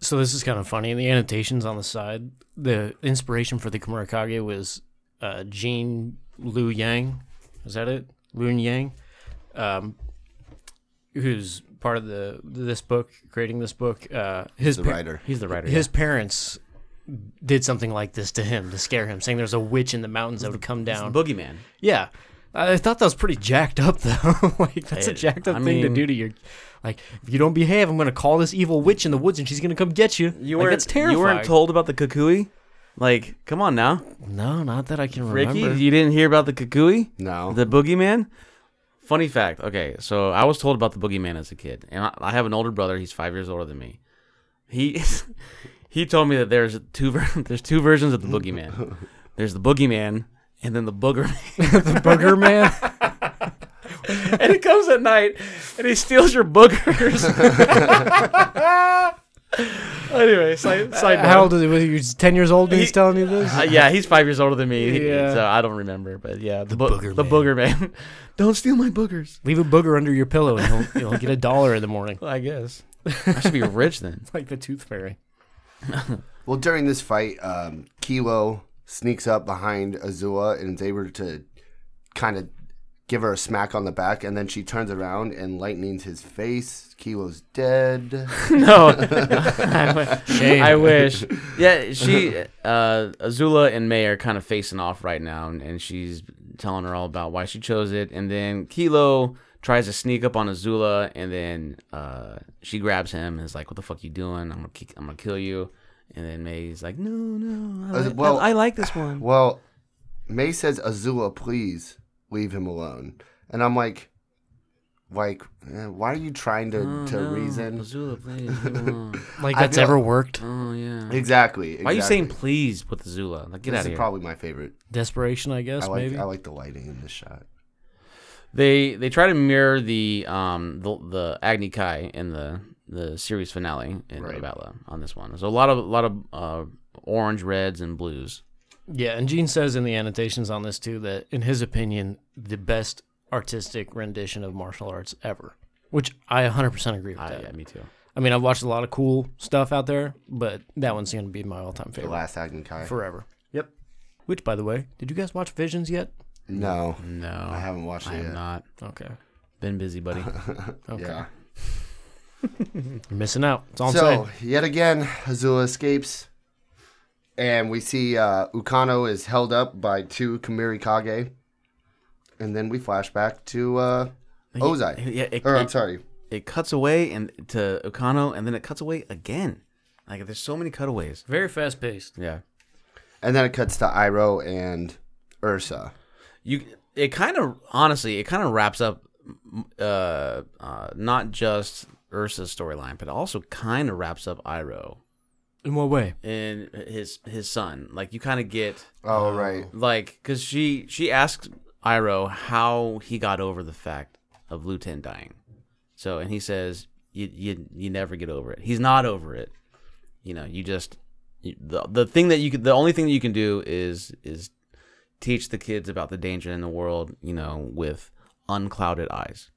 So this is kind of funny. In the annotations on the side, the inspiration for the Kamurakage was uh, Jean Liu Yang. Is that it? Liu Yang, um, who's part of the this book, creating this book. Uh, his
The
pa-
writer.
he's the writer.
his parents did something like this to him to scare him, saying there's a witch in the mountains that would come down.
Boogeyman.
Yeah. I thought that was pretty jacked up though. like that's a
It-
jacked up
I
thing to
mean-
do to your like if you don't behave, I'm gonna call this evil witch in the woods and she's gonna come get you.
You
like,
weren't.
that's terrifying.
You weren't told about the kukui. Like, come on now,
No, not that I can
Ricky.
remember.
You didn't hear about the kukui,
No.
the boogeyman. Funny fact. Okay, so I was told about the boogeyman as a kid, and I, I have an older brother. He's five years older than me. He he told me that there's two ver- there's two versions of the boogeyman. There's the boogeyman and then the booger man.
the booger man.
and he comes at night and he steals your boogers. anyway, side, side note.
How old is he? Was he was ten years old when he's
He-
telling you this?
Uh, yeah, he's five years older than me, he-
Yeah.
so I don't remember. But yeah, the, bo-
booger
the
man.
booger man. don't steal my boogers.
Leave a booger under your pillow and you'll, you'll get a dollar in the morning.
I guess I should be rich then.
Like the tooth fairy.
Well, during this fight, um, Kilo sneaks up behind Azula and is able to kind of give her a smack on the back, and then she turns around and lightnings his face. Kilo's dead.
no,
Shame.
I wish. Yeah, she, uh, Azula and May are kind of facing off right now, and, and she's telling her all about why she chose it. And then Kilo tries to sneak up on Azula, and then uh, she grabs him and is like, "What the fuck you doing? I'm gonna, kick, I'm gonna kill you." And then May's like, "No, no, I,
Uh,
li-
well-
I, I like this one."
Well, May says, Azula, please leave him alone. And I'm like, like, eh, why are you trying to,
"Oh,
to
no,
reason?
Azula, please. leave him alone."
like
I
that's
feel-
ever worked.
oh yeah.
Exactly.
Why are you
exactly.
saying please with Azula? Like, get
this
out of
is
here.
probably my favorite.
Desperation, I guess.
I like
maybe.
I like the lighting in this shot.
They they try to mirror the um the the Agni Kai in the the series finale in
Right.
Valhalla on this one. So a lot of a lot of uh, orange, reds, and blues.
Yeah, and Gene says in the annotations on this too that, in his opinion, the best artistic rendition of martial arts ever, which I 100% agree with
Ah,
that.
yeah, me too.
I mean, I've watched a lot of cool stuff out there, but that one's going to be my all time
The
favorite
last Agni Kai.
forever.
Yep.
Which, by the way, did you guys watch Visions yet?
No,
No,
I haven't watched it
I have
yet.
not
Okay.
been busy, buddy.
Okay.
Yeah.
You're missing out. That's all I'm
So
saying.
yet again, Azula escapes, and we see uh, Ukano is held up by two Kamiri Kage, and then we flash back to uh, Ozai.
yeah, it,
Or I'm
it,
sorry,
it cuts away and to Okano, and then it cuts away again. Like there's so many cutaways.
Very fast paced.
Yeah,
and then it cuts to Iroh and Ursa.
you it kind of honestly it kind of wraps up m- uh, uh not just Ursa's storyline but also kind of wraps up Iroh
In what way?
and his his son like you kind of get
Oh right,
like cuz she she asks Iroh how he got over the fact of Luten dying so and he says you you you never get over it he's not over it you know you just you, the the thing that you could the only thing that you can do is is teach the kids about the danger in the world you know with unclouded eyes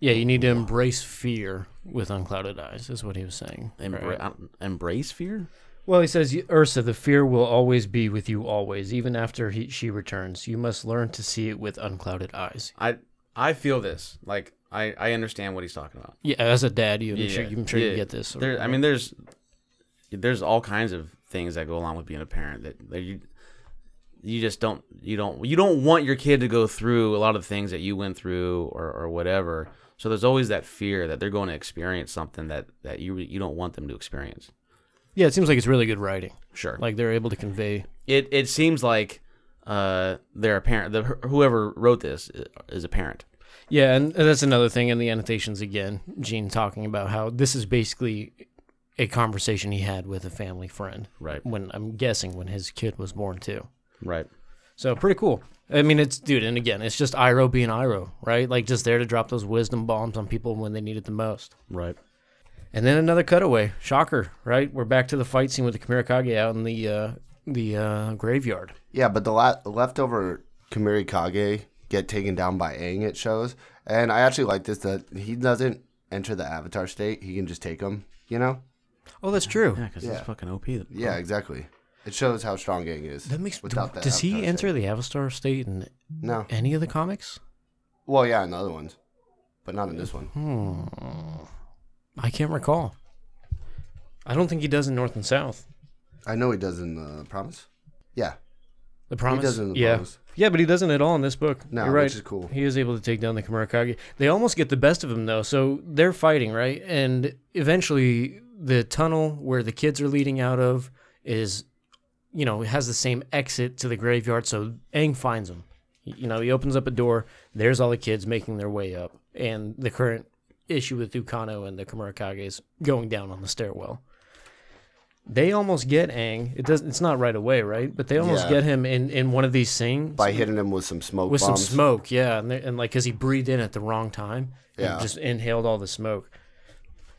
Yeah, you need to embrace fear with unclouded eyes, is what he was saying.
Embra- I don't- um, embrace fear
Well, he says, Ursa, the fear will always be with you always, even after he, she returns. You must learn to see it with unclouded eyes.
i i feel this like i i understand what he's talking about
Yeah, as a dad, you, I'm
Yeah,
sure, I'm sure
yeah.
you get this.
There, I mean, there's there's all kinds of things that go along with being a parent that, that you you just don't you don't you don't want your kid to go through a lot of things that you went through or, or whatever. So there's always that fear that they're going to experience something that that you you don't want them to experience.
yeah, it seems like it's really good writing.
Sure, like
Like they're able to convey.
it it seems like uh they're a parent. The, whoever wrote this uh, is a parent.
Yeah, and that's another thing in the annotations again. Gene talking about how this is basically a conversation he had with a family friend.
Right.
When I'm guessing when his kid was born, too.
Right.
So pretty cool. I mean, it's dude, and again, it's just Iroh being Iroh, right? Like just there to drop those wisdom bombs on people when they need it the most.
Right.
And then another cutaway, shocker, right? We're back to the fight scene with the Chimera Kage out in the uh, the uh, graveyard.
yeah, but the la- leftover Kamiri Kage get taken down by Aang. It shows, and I actually like this that he doesn't enter the Avatar state; he can just take them. You know?
Oh, that's true.
Yeah, because
Yeah.
it's fucking OP.
Yeah, exactly. It shows how strong Aang is.
That makes
without the
does he
Avatar
enter the Avastar state in
state. No.
any of the comics?
Well, yeah, in the other ones, but not in this one.
Mm-hmm. I can't recall. I don't think he does in North and South.
I know he does in the promise. Yeah,
The promise.
doesn't in the
yeah.
Promise.
Yeah, but he doesn't at all in this book.
No,
You're right.
which is cool.
He is able to take down the Kamurakage. They almost get the best of him though, so they're fighting right, and eventually the tunnel where the kids are leading out of is, you know, has the same exit to the graveyard. So Aang finds them. You know, he opens up a door. There's all the kids making their way up, and the current issue with Ukano and the Kamurakages going down on the stairwell. They almost get Aang. It doesn't. It's not right away, right? But they almost
Yeah.
get him in in one of these things
by hitting him with some smoke
with
bombs.
some smoke, yeah, and, they- and like because he breathed in at the wrong time, and
Yeah.
just inhaled all the smoke.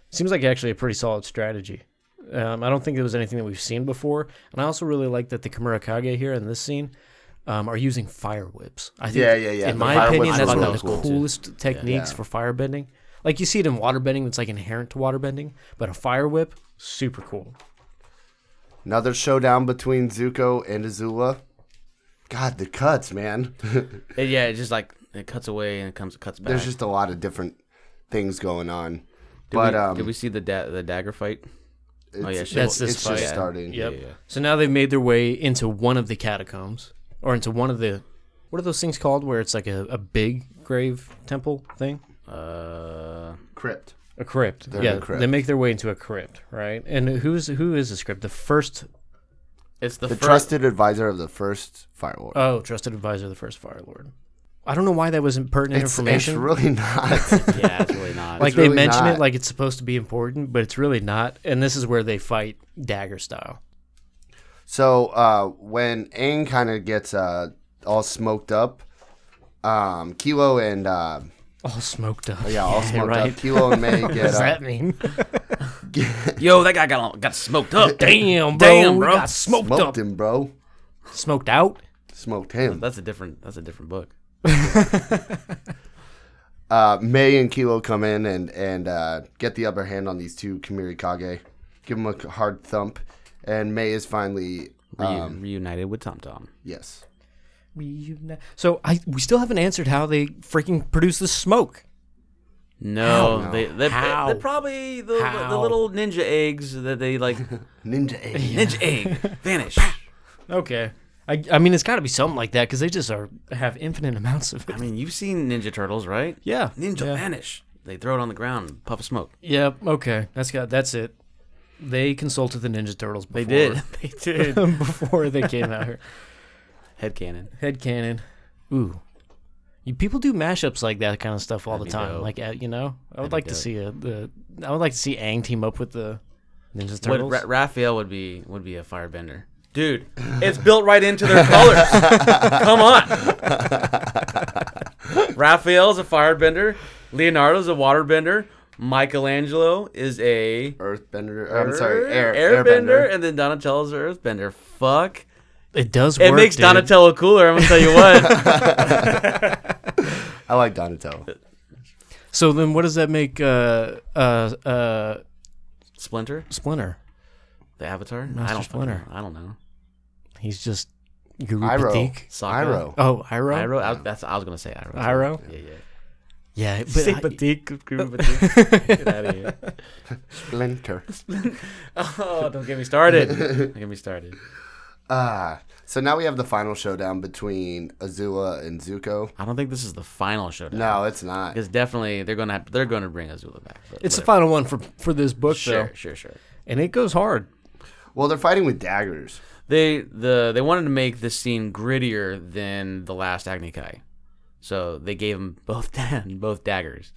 Seems like actually a pretty solid strategy. Um, I don't think there was anything that we've seen before, and I also really like that the Kamurakage here in this scene um, are using fire whips. I think,
Yeah, yeah, yeah.
In
The
my
fire
opinion,
whips
that's
are
one
really
of the
cool, too.
coolest techniques
Yeah.
for firebending. Like you see it in waterbending, that's like inherent to waterbending, but a fire whip, super cool.
Another showdown between Zuko and Azula. God, the cuts, man.
It- yeah, it just like it cuts away and it comes cuts back.
There's just a lot of different things going on.
did
but
we,
um,
did we see the da- the dagger fight? Oh yeah, shit,
That's
well,
this
it's
fight.
just starting.
Yep.
Yeah, yeah.
So now they've made their way into one of the catacombs, or into one of the what are those things called where it's like a, a big grave temple thing?
Uh,
Crypt.
A crypt.
They're in
yeah,
a crypt.
they make their way into a crypt, right? And who's who is this crypt? The first
it's the,
The
first.
trusted advisor of the first Fire Lord.
oh, trusted advisor, of the first Fire Lord. I don't know why that was pertinent
it's, it's
information.
really not.
yeah, it's really not.
like
it's really
they mention
not.
it like it's supposed to be important, but it's really not. And this is where they fight dagger style.
so uh, when Aang kind of gets uh, all smoked up, um, Kilo and uh,
All smoked up.
yeah, all smoked
right.
up. Kilo and May
What
get
does
uh,
that mean?
yo, that guy got all- got smoked up.
Damn, bro.
Damn, bro.
Got smoked, up.
smoked him, bro.
Smoked out.
Smoked him.
That's a different. That's a different book.
uh, May and Kilo come in and and uh, get the upper hand on these two Kamirikage, give them a hard thump, and May is finally
Reu-
uh,
reunited with Tom Tom.
yes.
Reuni- So I we still haven't answered how they freaking produce the smoke.
No, they they
How?
they're probably the, the
How?
little ninja eggs that they like
Ninja Aang.
ninja egg vanish.
Okay. I, I mean it's got to be something like that because they just are have infinite amounts of
I
it.
mean, you've seen Ninja Turtles, right?
Yeah.
Ninja
Yeah.
vanish. They throw it on the ground, and puff of smoke.
Yep. Okay. That's got that's it. They consulted the Ninja Turtles. Before,
they did.
before they came out here.
Head cannon.
Head cannon. Ooh. You, people do mashups like that kind of stuff all the
be
time.
dope.
Like uh, you know, I would
be
like to
dope.
see a the. I would like to see Aang team up with the Ninja
What
Turtles.
Ra- Raphael would be would be a firebender, dude. It's built right into their colors. Come on. Raphael's a firebender. Leonardo's a waterbender. Michelangelo is a
Earthbender. I'm sorry, air,
airbender,
airbender.
and then Donatello's an earthbender. Fuck.
it does.
It
work,
makes
dude.
Donatello cooler. I'm gonna tell you what.
I like Donatello.
So then, what does that make? Uh, uh, uh,
Splinter,
Splinter.
the Avatar. I
Master
don't fucking
Splinter.
know. I don't know.
He's just Guru
Iroh.
Patik.
Sokka?
Iroh.
Oh, Iro.
Iroh. I, that's I was gonna say Iroh.
Iroh?
Yeah, yeah.
Yeah, but
Say
I-
Patik, Guru Patik. Get out of here.
Splinter.
Oh, don't get me started. don't get me started.
Ah. So now we have the final showdown between Azula and Zuko.
I don't think this is the final showdown.
No, it's not.
Because definitely they're gonna have, they're gonna bring Azula back. but
it's the
whatever.
final one for for this book,
Sure,
though,
sure, sure.
and it goes hard.
Well, they're fighting with daggers.
They the they wanted to make this scene grittier than the last Agni Kai, so they gave him both da- both daggers.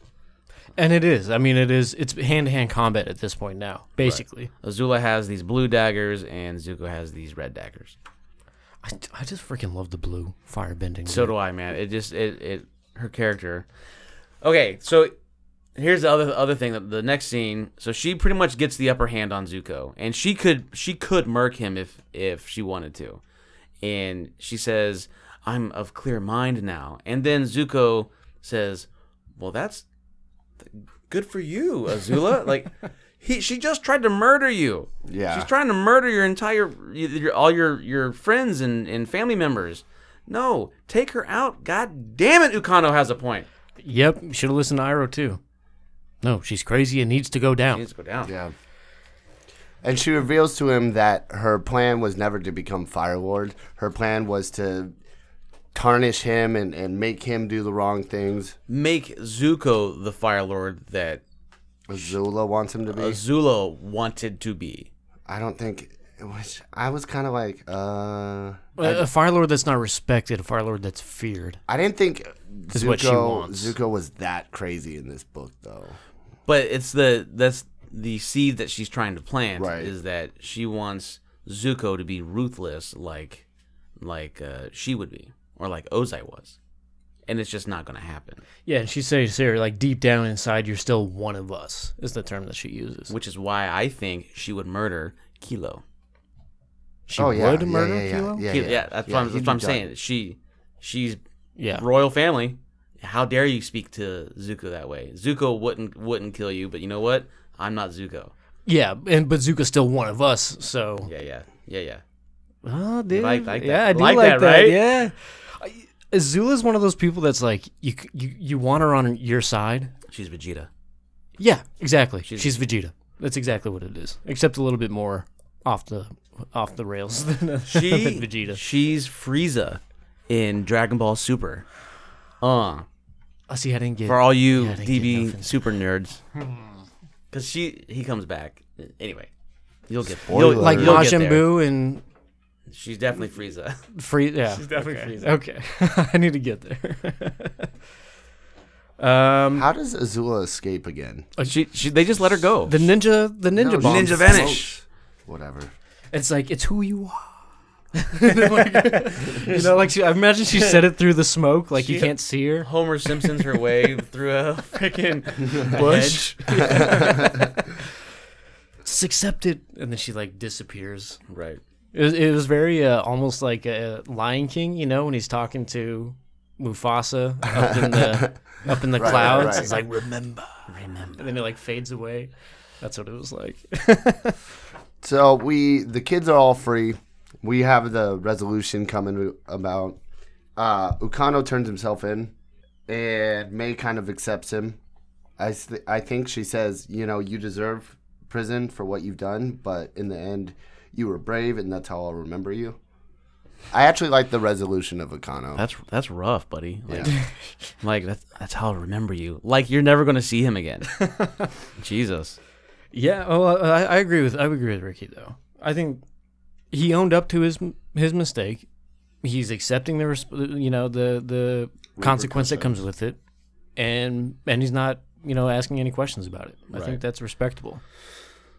And it is. I mean, it is. It's hand to hand combat at this point now, basically.
Azula has these blue daggers and Zuko has these red daggers.
I, I just freaking love the blue firebending.
So do I, man. It just it, it her character. Okay, so here's the other other thing that the next scene. So she pretty much gets the upper hand on Zuko, and she could she could murk him if if she wanted to, and she says, "I'm of clear mind now," and then Zuko says, "Well, that's good for you, Azula." like. He, she just tried to murder you.
Yeah.
She's trying to murder your entire, your, all your your friends and, and family members. No, take her out. God damn it, Ukano has a point.
yep, should have listened to Iroh too. No, she's crazy and needs to go
She
down.
needs to go down.
Yeah. And she reveals to him that her plan was never to become Fire Lord. Her plan was to tarnish him and, and make him do the wrong things
Make Zuko the Fire Lord that
Azula wants him to be.
Azula wanted to be.
I don't think. Which I was kind of like, uh.
A, a Fire Lord that's not respected, a Fire Lord that's feared.
I didn't think
is what she
Zuko,
wants.
Zuko was that crazy in this book, though.
But it's the that's the seed that she's trying to plant
Right.
is that she wants Zuko to be ruthless like like uh, she would be or like Ozai was. And it's just not going to happen,
Yeah, and she says here, like deep down inside, you're still one of us. Is the term that she uses.
which is why I think she would murder Kilo.
She
oh, yeah.
would
yeah,
murder
yeah, yeah,
Kilo.
Yeah,
Kilo-
yeah.
yeah, that's what I'm,
he'd
that's
be
what I'm
done.
saying. She she's
Yeah.
royal family. How dare you speak to Zuko that way? Zuko wouldn't wouldn't kill you, but you know what? I'm not Zuko.
Yeah, and but Zuko's still one of us, so.
Yeah, yeah, yeah, yeah.
Oh, dude.
like- like that.
yeah, I do
Like
like,
that,
that,
right?
Yeah. I- Azula's one of those people that's like you, c- you you want her on your side.
She's Vegeta.
Yeah, exactly. She's, Vegeta. That's exactly what it is, except a little bit more off the off the rails than,
She
than Vegeta.
She's Frieza in Dragon Ball Super. Uh,
I see. I didn't get.
for all you
Yeah, I didn't get nothing.
DB super nerds, because she he comes back anyway. You'll get
Spoiler.
you'll-
like
you'll get
Majin
there.
Buu and
She's definitely Frieza.
Free, yeah. She's
definitely
okay. Okay, I need to get there. um,
How does Azula escape again?
she, she they just let her go.
the ninja, the ninja
No,
bomb.
she
Ninja vanish.
smokes. Whatever.
It's like it's who you are. you know, like she, I imagine she said it through the smoke, like you
She-
can't see her.
Homer Simpson's her way through a freaking
Bush. It's accepted, and then she like disappears.
Right.
It was, it was very uh, almost like a Lion King, you know, when he's talking to Mufasa up in the up in the clouds.
right.
It's like remember, remember, and then it like fades away. That's what it was like.
So we the kids are all free. We have the resolution coming about. Uh, Ukano turns himself in, and May kind of accepts him. I s- I think she says, you know, you deserve prison for what you've done, but in the end, you were brave, and that's how I'll remember you. I actually like the resolution of Ukano.
That's that's rough, buddy. Like,
Yeah.
like that's that's how I'll remember you. Like you're never gonna see him again. Jesus.
yeah, oh, I, I agree with I agree with Ricky though. I think he owned up to his his mistake. He's accepting the res- you know the the consequence that comes with it, and and he's not you know asking any questions about it. I
Right.
think that's respectable.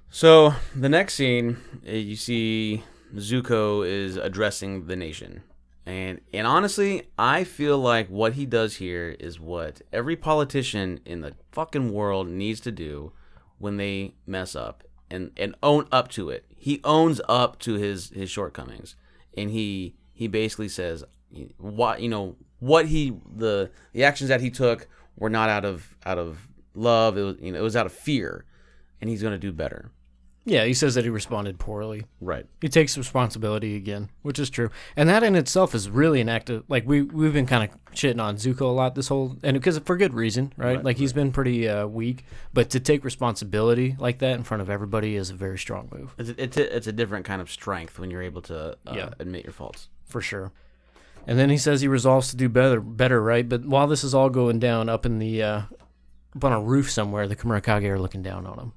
So the next scene, uh, you see Zuko is addressing the nation, and and honestly, I feel like what he does here is what every politician in the fucking world needs to do when they mess up and and own up to it. He owns up to his his shortcomings, and he he basically says what you know what he the the actions that he took were not out of out of love. It was you know it was out of fear. And he's gonna do better.
Yeah, he says that he responded poorly.
Right.
He takes responsibility again, which is true, and that in itself is really an act of like we we've been kind of shitting on Zuko a lot this whole and because for good reason, right? like he's been pretty uh, weak, but to take responsibility like that in front of everybody is a very strong move
It's a, it's a, it's a different kind of strength when you're able to uh,
Yeah.
admit your faults.
for sure. And then he says he resolves to do better, better, right? But while this is all going down up in the uh, up on a roof somewhere, the Kamurakage are looking down on him.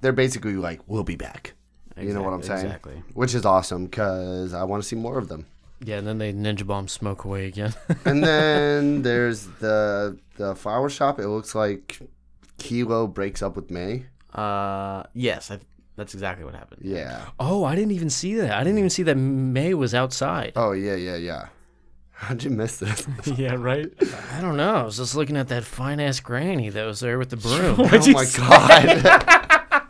They're basically like, we'll be back. you know what I'm
Exact-
saying?
Exactly.
Which is awesome because I want to see more of them.
Yeah, and then they ninja bomb smoke away again.
and then there's the the flower shop. It looks like Kilo breaks up with May.
Uh, yes, I, that's exactly what happened.
Yeah.
oh, I didn't even see that. I didn't even see that May was outside.
Oh yeah, yeah, yeah. How'd you miss this?
Yeah, right. I don't know. I was just looking at that fine ass granny that was there with the broom.
oh my god.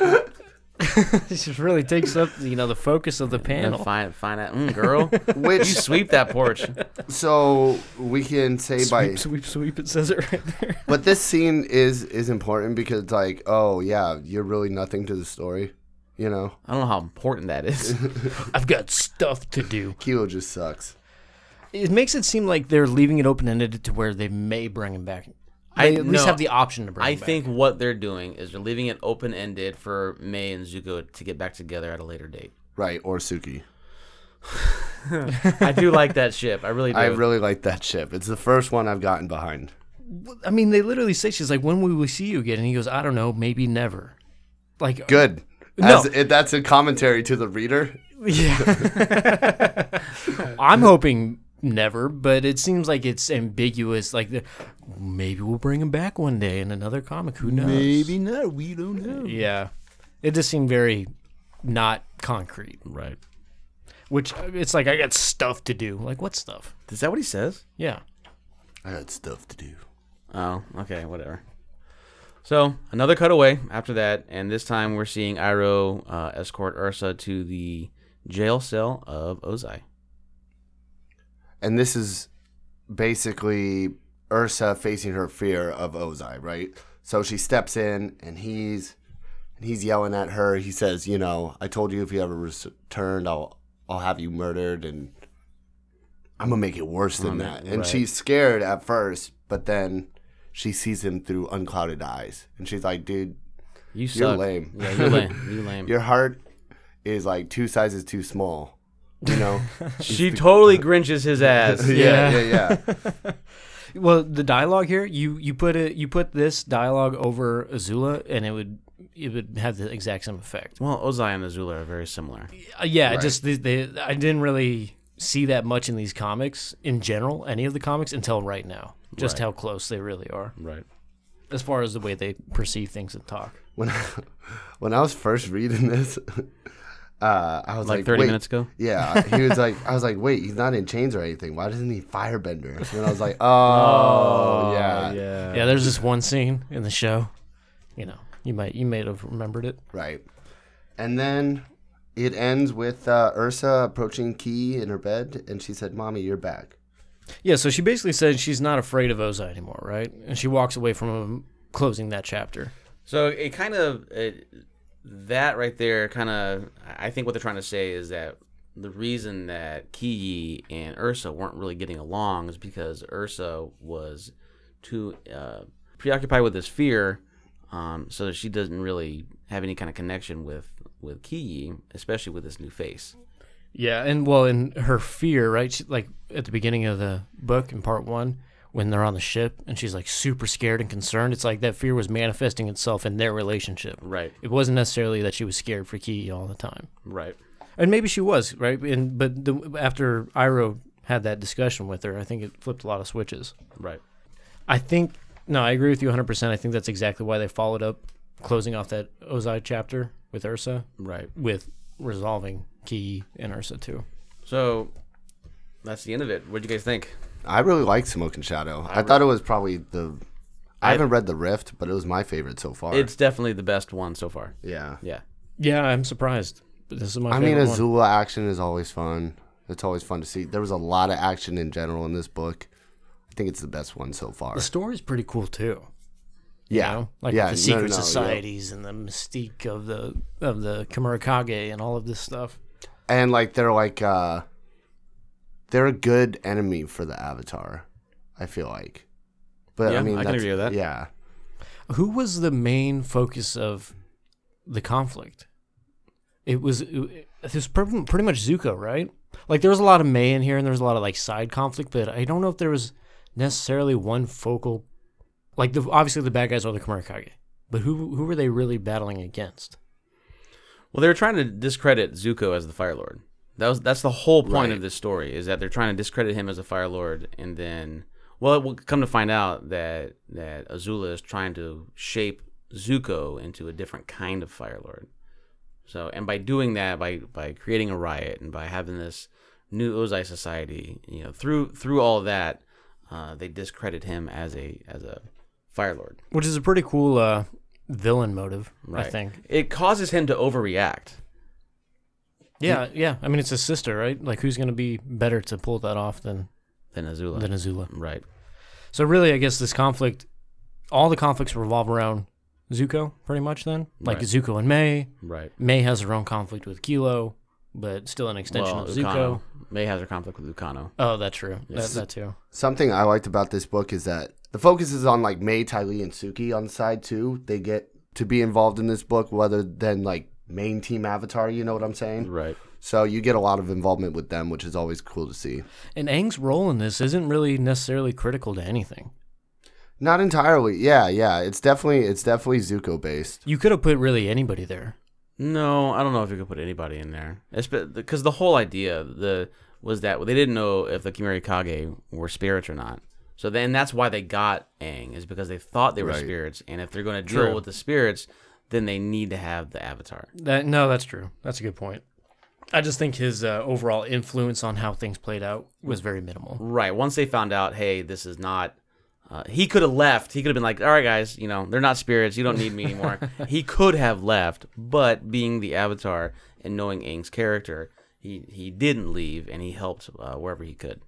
It just really takes up, you know, the focus of the
And
panel.
find find that mm, girl. you
Which
sweep that porch.
so we can say by
Sweep, sweep, sweep. It says it right there.
but this scene is is important because it's like, oh yeah, you're really nothing to the story. You know?
I don't know how important that is.
I've got stuff to do.
Kilo just sucks.
It makes it seem like they're leaving it open ended to where they may bring him back. They
I-
at least
no,
have the option to bring.
I
him back.
think what they're doing is they're leaving it open ended for May and Zuko to get back together at a later date.
Right, or Suki.
I do like that ship. I really do.
I really like that ship. It's the first one I've gotten behind.
I mean, they literally say she's like, "When will we see you again?" And he goes, "I don't know, maybe never." Like,
Good.
No.
As, it, that's a commentary to the reader.
yeah. I'm hoping never, but it seems like it's ambiguous. Like, the- maybe we'll bring him back one day in another comic. Who knows?
not. We don't know.
Yeah, it just seemed very not concrete.
right.
Which uh, it's like I got stuff to do. Like, what stuff?
Is that what he says?
Yeah.
I got stuff to do.
Oh, okay, whatever. So another cutaway after that, and this time we're seeing Iroh uh, escort Ursa to the jail cell of Ozai.
And this is basically Ursa facing her fear of Ozai, right? So she steps in, and he's and he's yelling at her. He says, "You know, I told you if you ever returned, I'll I'll have you murdered, and I'm gonna make it worse than that." And she's scared at first, but then she sees him through unclouded eyes, and she's like, "Dude,
You suck.
You're lame.
Yeah, you're lame. You lame.
your heart is like two sizes too small." You know?
she totally grinches his ass.
Yeah.
yeah, yeah. yeah.
Well, the dialogue here, you you put it, you put this dialogue over Azula, and it would it would have the exact same effect.
Well, Ozai and Azula are very similar.
Uh, yeah, it just they, they, I didn't really see that much in these comics in general, any of the comics until right now. Just how close they really are
Right.
as far as the way they perceive things and talk.
when I, when I was first reading this, uh, I was
Like
like,
30
wait.
minutes ago?
Yeah, he was like, I was like, wait, he's not in chains or anything. Why doesn't he firebender? And then I was like, oh, yeah,
yeah.
Yeah, there's this one scene in the show, you know, you might you may have remembered it.
right. And then it ends with uh, Ursa approaching Key in her bed, and she said, "Mommy, you're back."
Yeah, so she basically says she's not afraid of Ozai anymore, right? And she walks away from him closing that chapter.
So it kind of it, that right there kind of I think what they're trying to say is that the reason that Kiyi and Ursa weren't really getting along is because Ursa was too uh, preoccupied with this fear, um, so that she doesn't really have any kind of connection with with Kiyi, especially with this new face.
Yeah, and well, in her fear, right? She, like at the beginning of the book in part one, when they're on the ship and she's like super scared and concerned, it's like that fear was manifesting itself in their relationship.
Right.
It wasn't necessarily that she was scared for Key all the time,
Right.
and maybe she was right. And but the, after Iroh had that discussion with her, I think it flipped a lot of switches.
Right.
I think no, I agree with you 100. percent I think that's exactly why they followed up closing off that Ozai chapter with Ursa
Right.
with resolving Key and Ursa too.
So that's the end of it. What do you guys think?
I really like Smoke and Shadow. I, thought it was probably the. I, haven't read the Rift, but it was my favorite so far.
It's definitely the best one so far.
yeah.
Yeah.
Yeah, I'm surprised. But this is my.
I mean,
favorite one.
Azula action is always fun. It's always fun to see. There was a lot of action in general in this book. I think it's the best one so far.
The story's pretty cool too.
yeah,
You know? Like
yeah,
the
no,
secret
no, no, yeah.
societies and the mystique of the of the Kamurakage and all of this stuff.
and like they're like uh they're a good enemy for the Avatar. I feel like, but
Yeah,
I mean,
I can
that's-
agree with that.
Yeah,
Who was the main focus of the conflict? It was it was pretty pretty much Zuko, right? Like there was a lot of May in here and there was a lot of like side conflict, but I don't know if there was necessarily one focal like the obviously the bad guys are the Kamurakage. But who who were they really battling against?
Well, they were trying to discredit Zuko as the Fire Lord. That was that's the whole point of
Right.
this story is that they're trying to discredit him as a Fire Lord, and then well, we'll come to find out that that Azula is trying to shape Zuko into a different kind of Fire Lord. So, and by doing that, by by creating a riot and by having this new Ozai society, you know, through through all that, uh, they discredit him as a as a Fire Lord.
Which is a pretty cool uh, villain motive, I think.
it causes him to overreact.
Yeah, yeah. I mean, it's his sister, right? Like, who's going to be better to pull that off than
Then Azula,
than Azula?
right?
So really, I guess this conflict, all the conflicts revolve around Zuko, pretty much. Then, like
Right.
Zuko and May.
Right.
May has her own conflict with Kilo, but still an extension
Well,
of Zuko.
May has her conflict with Lucano.
Oh, that's true. That, that too.
something I liked about this book is that The focus is on like May, Ty Lee, and Suki on the side too. They get to be involved in this book, rather than like main team Avatar. You know what I'm saying?
Right.
So you get a lot of involvement with them, which is always cool to see.
And Aang's role in this isn't really necessarily critical to anything.
Not entirely. Yeah, yeah. It's definitely it's definitely Zuko based.
You could have put really anybody there.
No, I don't know if you could put anybody in there. Because the whole idea the was that they didn't know if the Kimura Kage were spirits or not. So then that's why they got Aang, is because they thought they were
Right.
spirits. And if they're going to deal
True.
with the spirits, then they need to have the avatar.
That no, that's true. That's a good point. I just think his uh, overall influence on how things played out was very minimal.
Right. Once they found out, hey, this is not. Uh, he could have left. He could have been like, all right, guys, you know, they're not spirits. You don't need me anymore. he could have left, but being the avatar and knowing Aang's character, he, he didn't leave and he helped uh, wherever he could.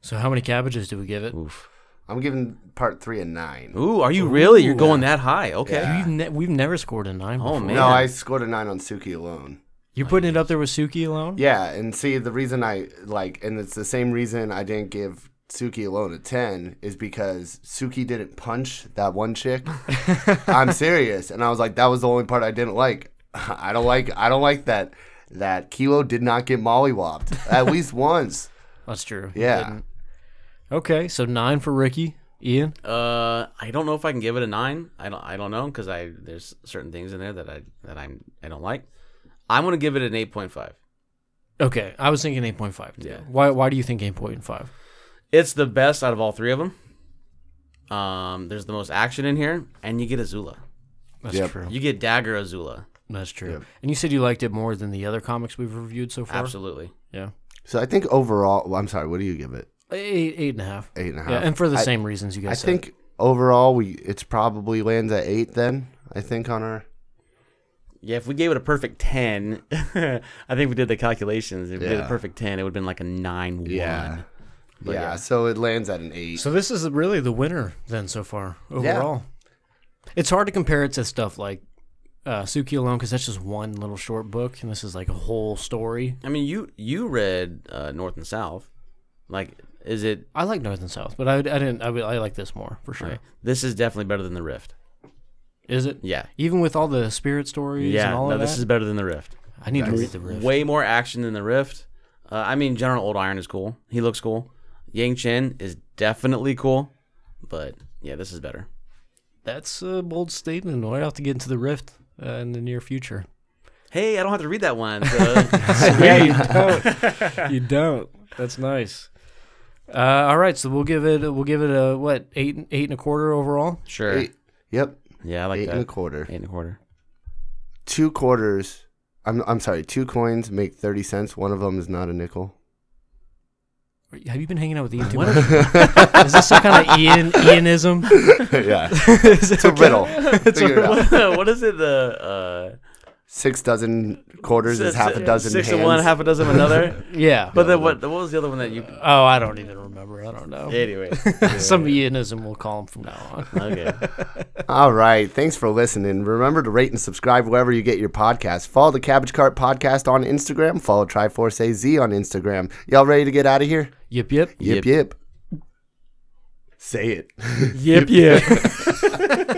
So how many cabbages do we give it?
Oof.
I'm giving part three a nine.
Ooh, are you really? You're going that high? Okay.
We've, ne- we've never scored a nine.
Oh,
before.
man.
No, I scored a nine on Suki alone.
You're putting it up there with Suki alone.
Yeah, and see the reason I like, and it's the same reason I didn't give Suki alone a ten is because Suki didn't punch that one chick. I'm serious, and I was like, that was the only part I didn't like. I don't like, I don't like that that Kilo did not get mollywopped at least once.
that's true. He
Yeah.
didn't. Okay, so nine for Ricky, Ian.
Uh, I don't know if I can give it a nine. I don't. I don't know because I there's certain things in there that I that I'm I don't like. I'm gonna give it an eight point five.
Okay, I was thinking eight point five.
Yeah.
Why? Why do you think eight point five?
It's the best out of all three of them. Um, there's the most action in here, and you get Azula.
That's
Yep.
true.
You get Dagger Azula.
That's true. And you said you liked it more than the other comics we've reviewed so far.
Absolutely.
Yeah.
So I think overall, well, I'm sorry. What do you give it?
Eight, eight and a half.
Eight and a half.
Yeah, and for the
I-
same reasons you guys
I
said.
think overall, we it's probably lands at eight. Then I think on our
Yeah. If we gave it a perfect ten, I think we did the calculations. If we did a
Yeah.
perfect ten, it would have been like a nine one.
Yeah. yeah,
yeah.
So it lands at an eight.
So this is really the winner then so far overall. It's hard to compare it to stuff like uh, Suki alone because that's just one little short book, and this is like a whole story.
I mean, you you read uh, North and South. Like, is it
I like North and South, but I, I didn't. I, would- I like this more for sure.
This is definitely better than the Rift.
Is it?
Yeah.
Even with all the spirit stories
Yeah.
and all
No,
of that,
this is better than the Rift.
I need to read the riff.
Way more action than the Rift. Uh, I mean, General Old Iron is cool. He looks cool. Yang Chen is definitely cool, but yeah, this is better.
That's a bold statement. We'll have to get into the rift uh, in the near future.
Hey, I don't have to read that one. so-
yeah, you don't. you don't. That's nice. Uh, all right, so we'll give it. We'll give it a what eight eight and a quarter overall.
sure.
eight. Yep.
Yeah, I like
eight
that.
and a quarter.
Eight and a quarter.
two quarters. I'm I'm sorry. Two coins make thirty cents. One of them is not a nickel.
Have you been hanging out with Ian too much? Is this some kind of Ian Ianism?
yeah, it's a riddle. Figure it out.
what is it? The uh,
Six dozen quarters is half a dozen.
Six
hands.
of one, half a dozen of another.
Yeah.
but then what? What was the other one that you?
oh, I don't even remember. I don't know.
Anyway.
Some Ianism we'll call him from now on.
Okay.
All right. Thanks for listening. Remember to rate and subscribe wherever you get your podcast. Follow the Cabbage Cart Podcast on Instagram. Follow Triforce AZ on Instagram. Y'all ready to get out of here?
Yip yip.
Yip
Yip.
yip. Say it.
Yip yip.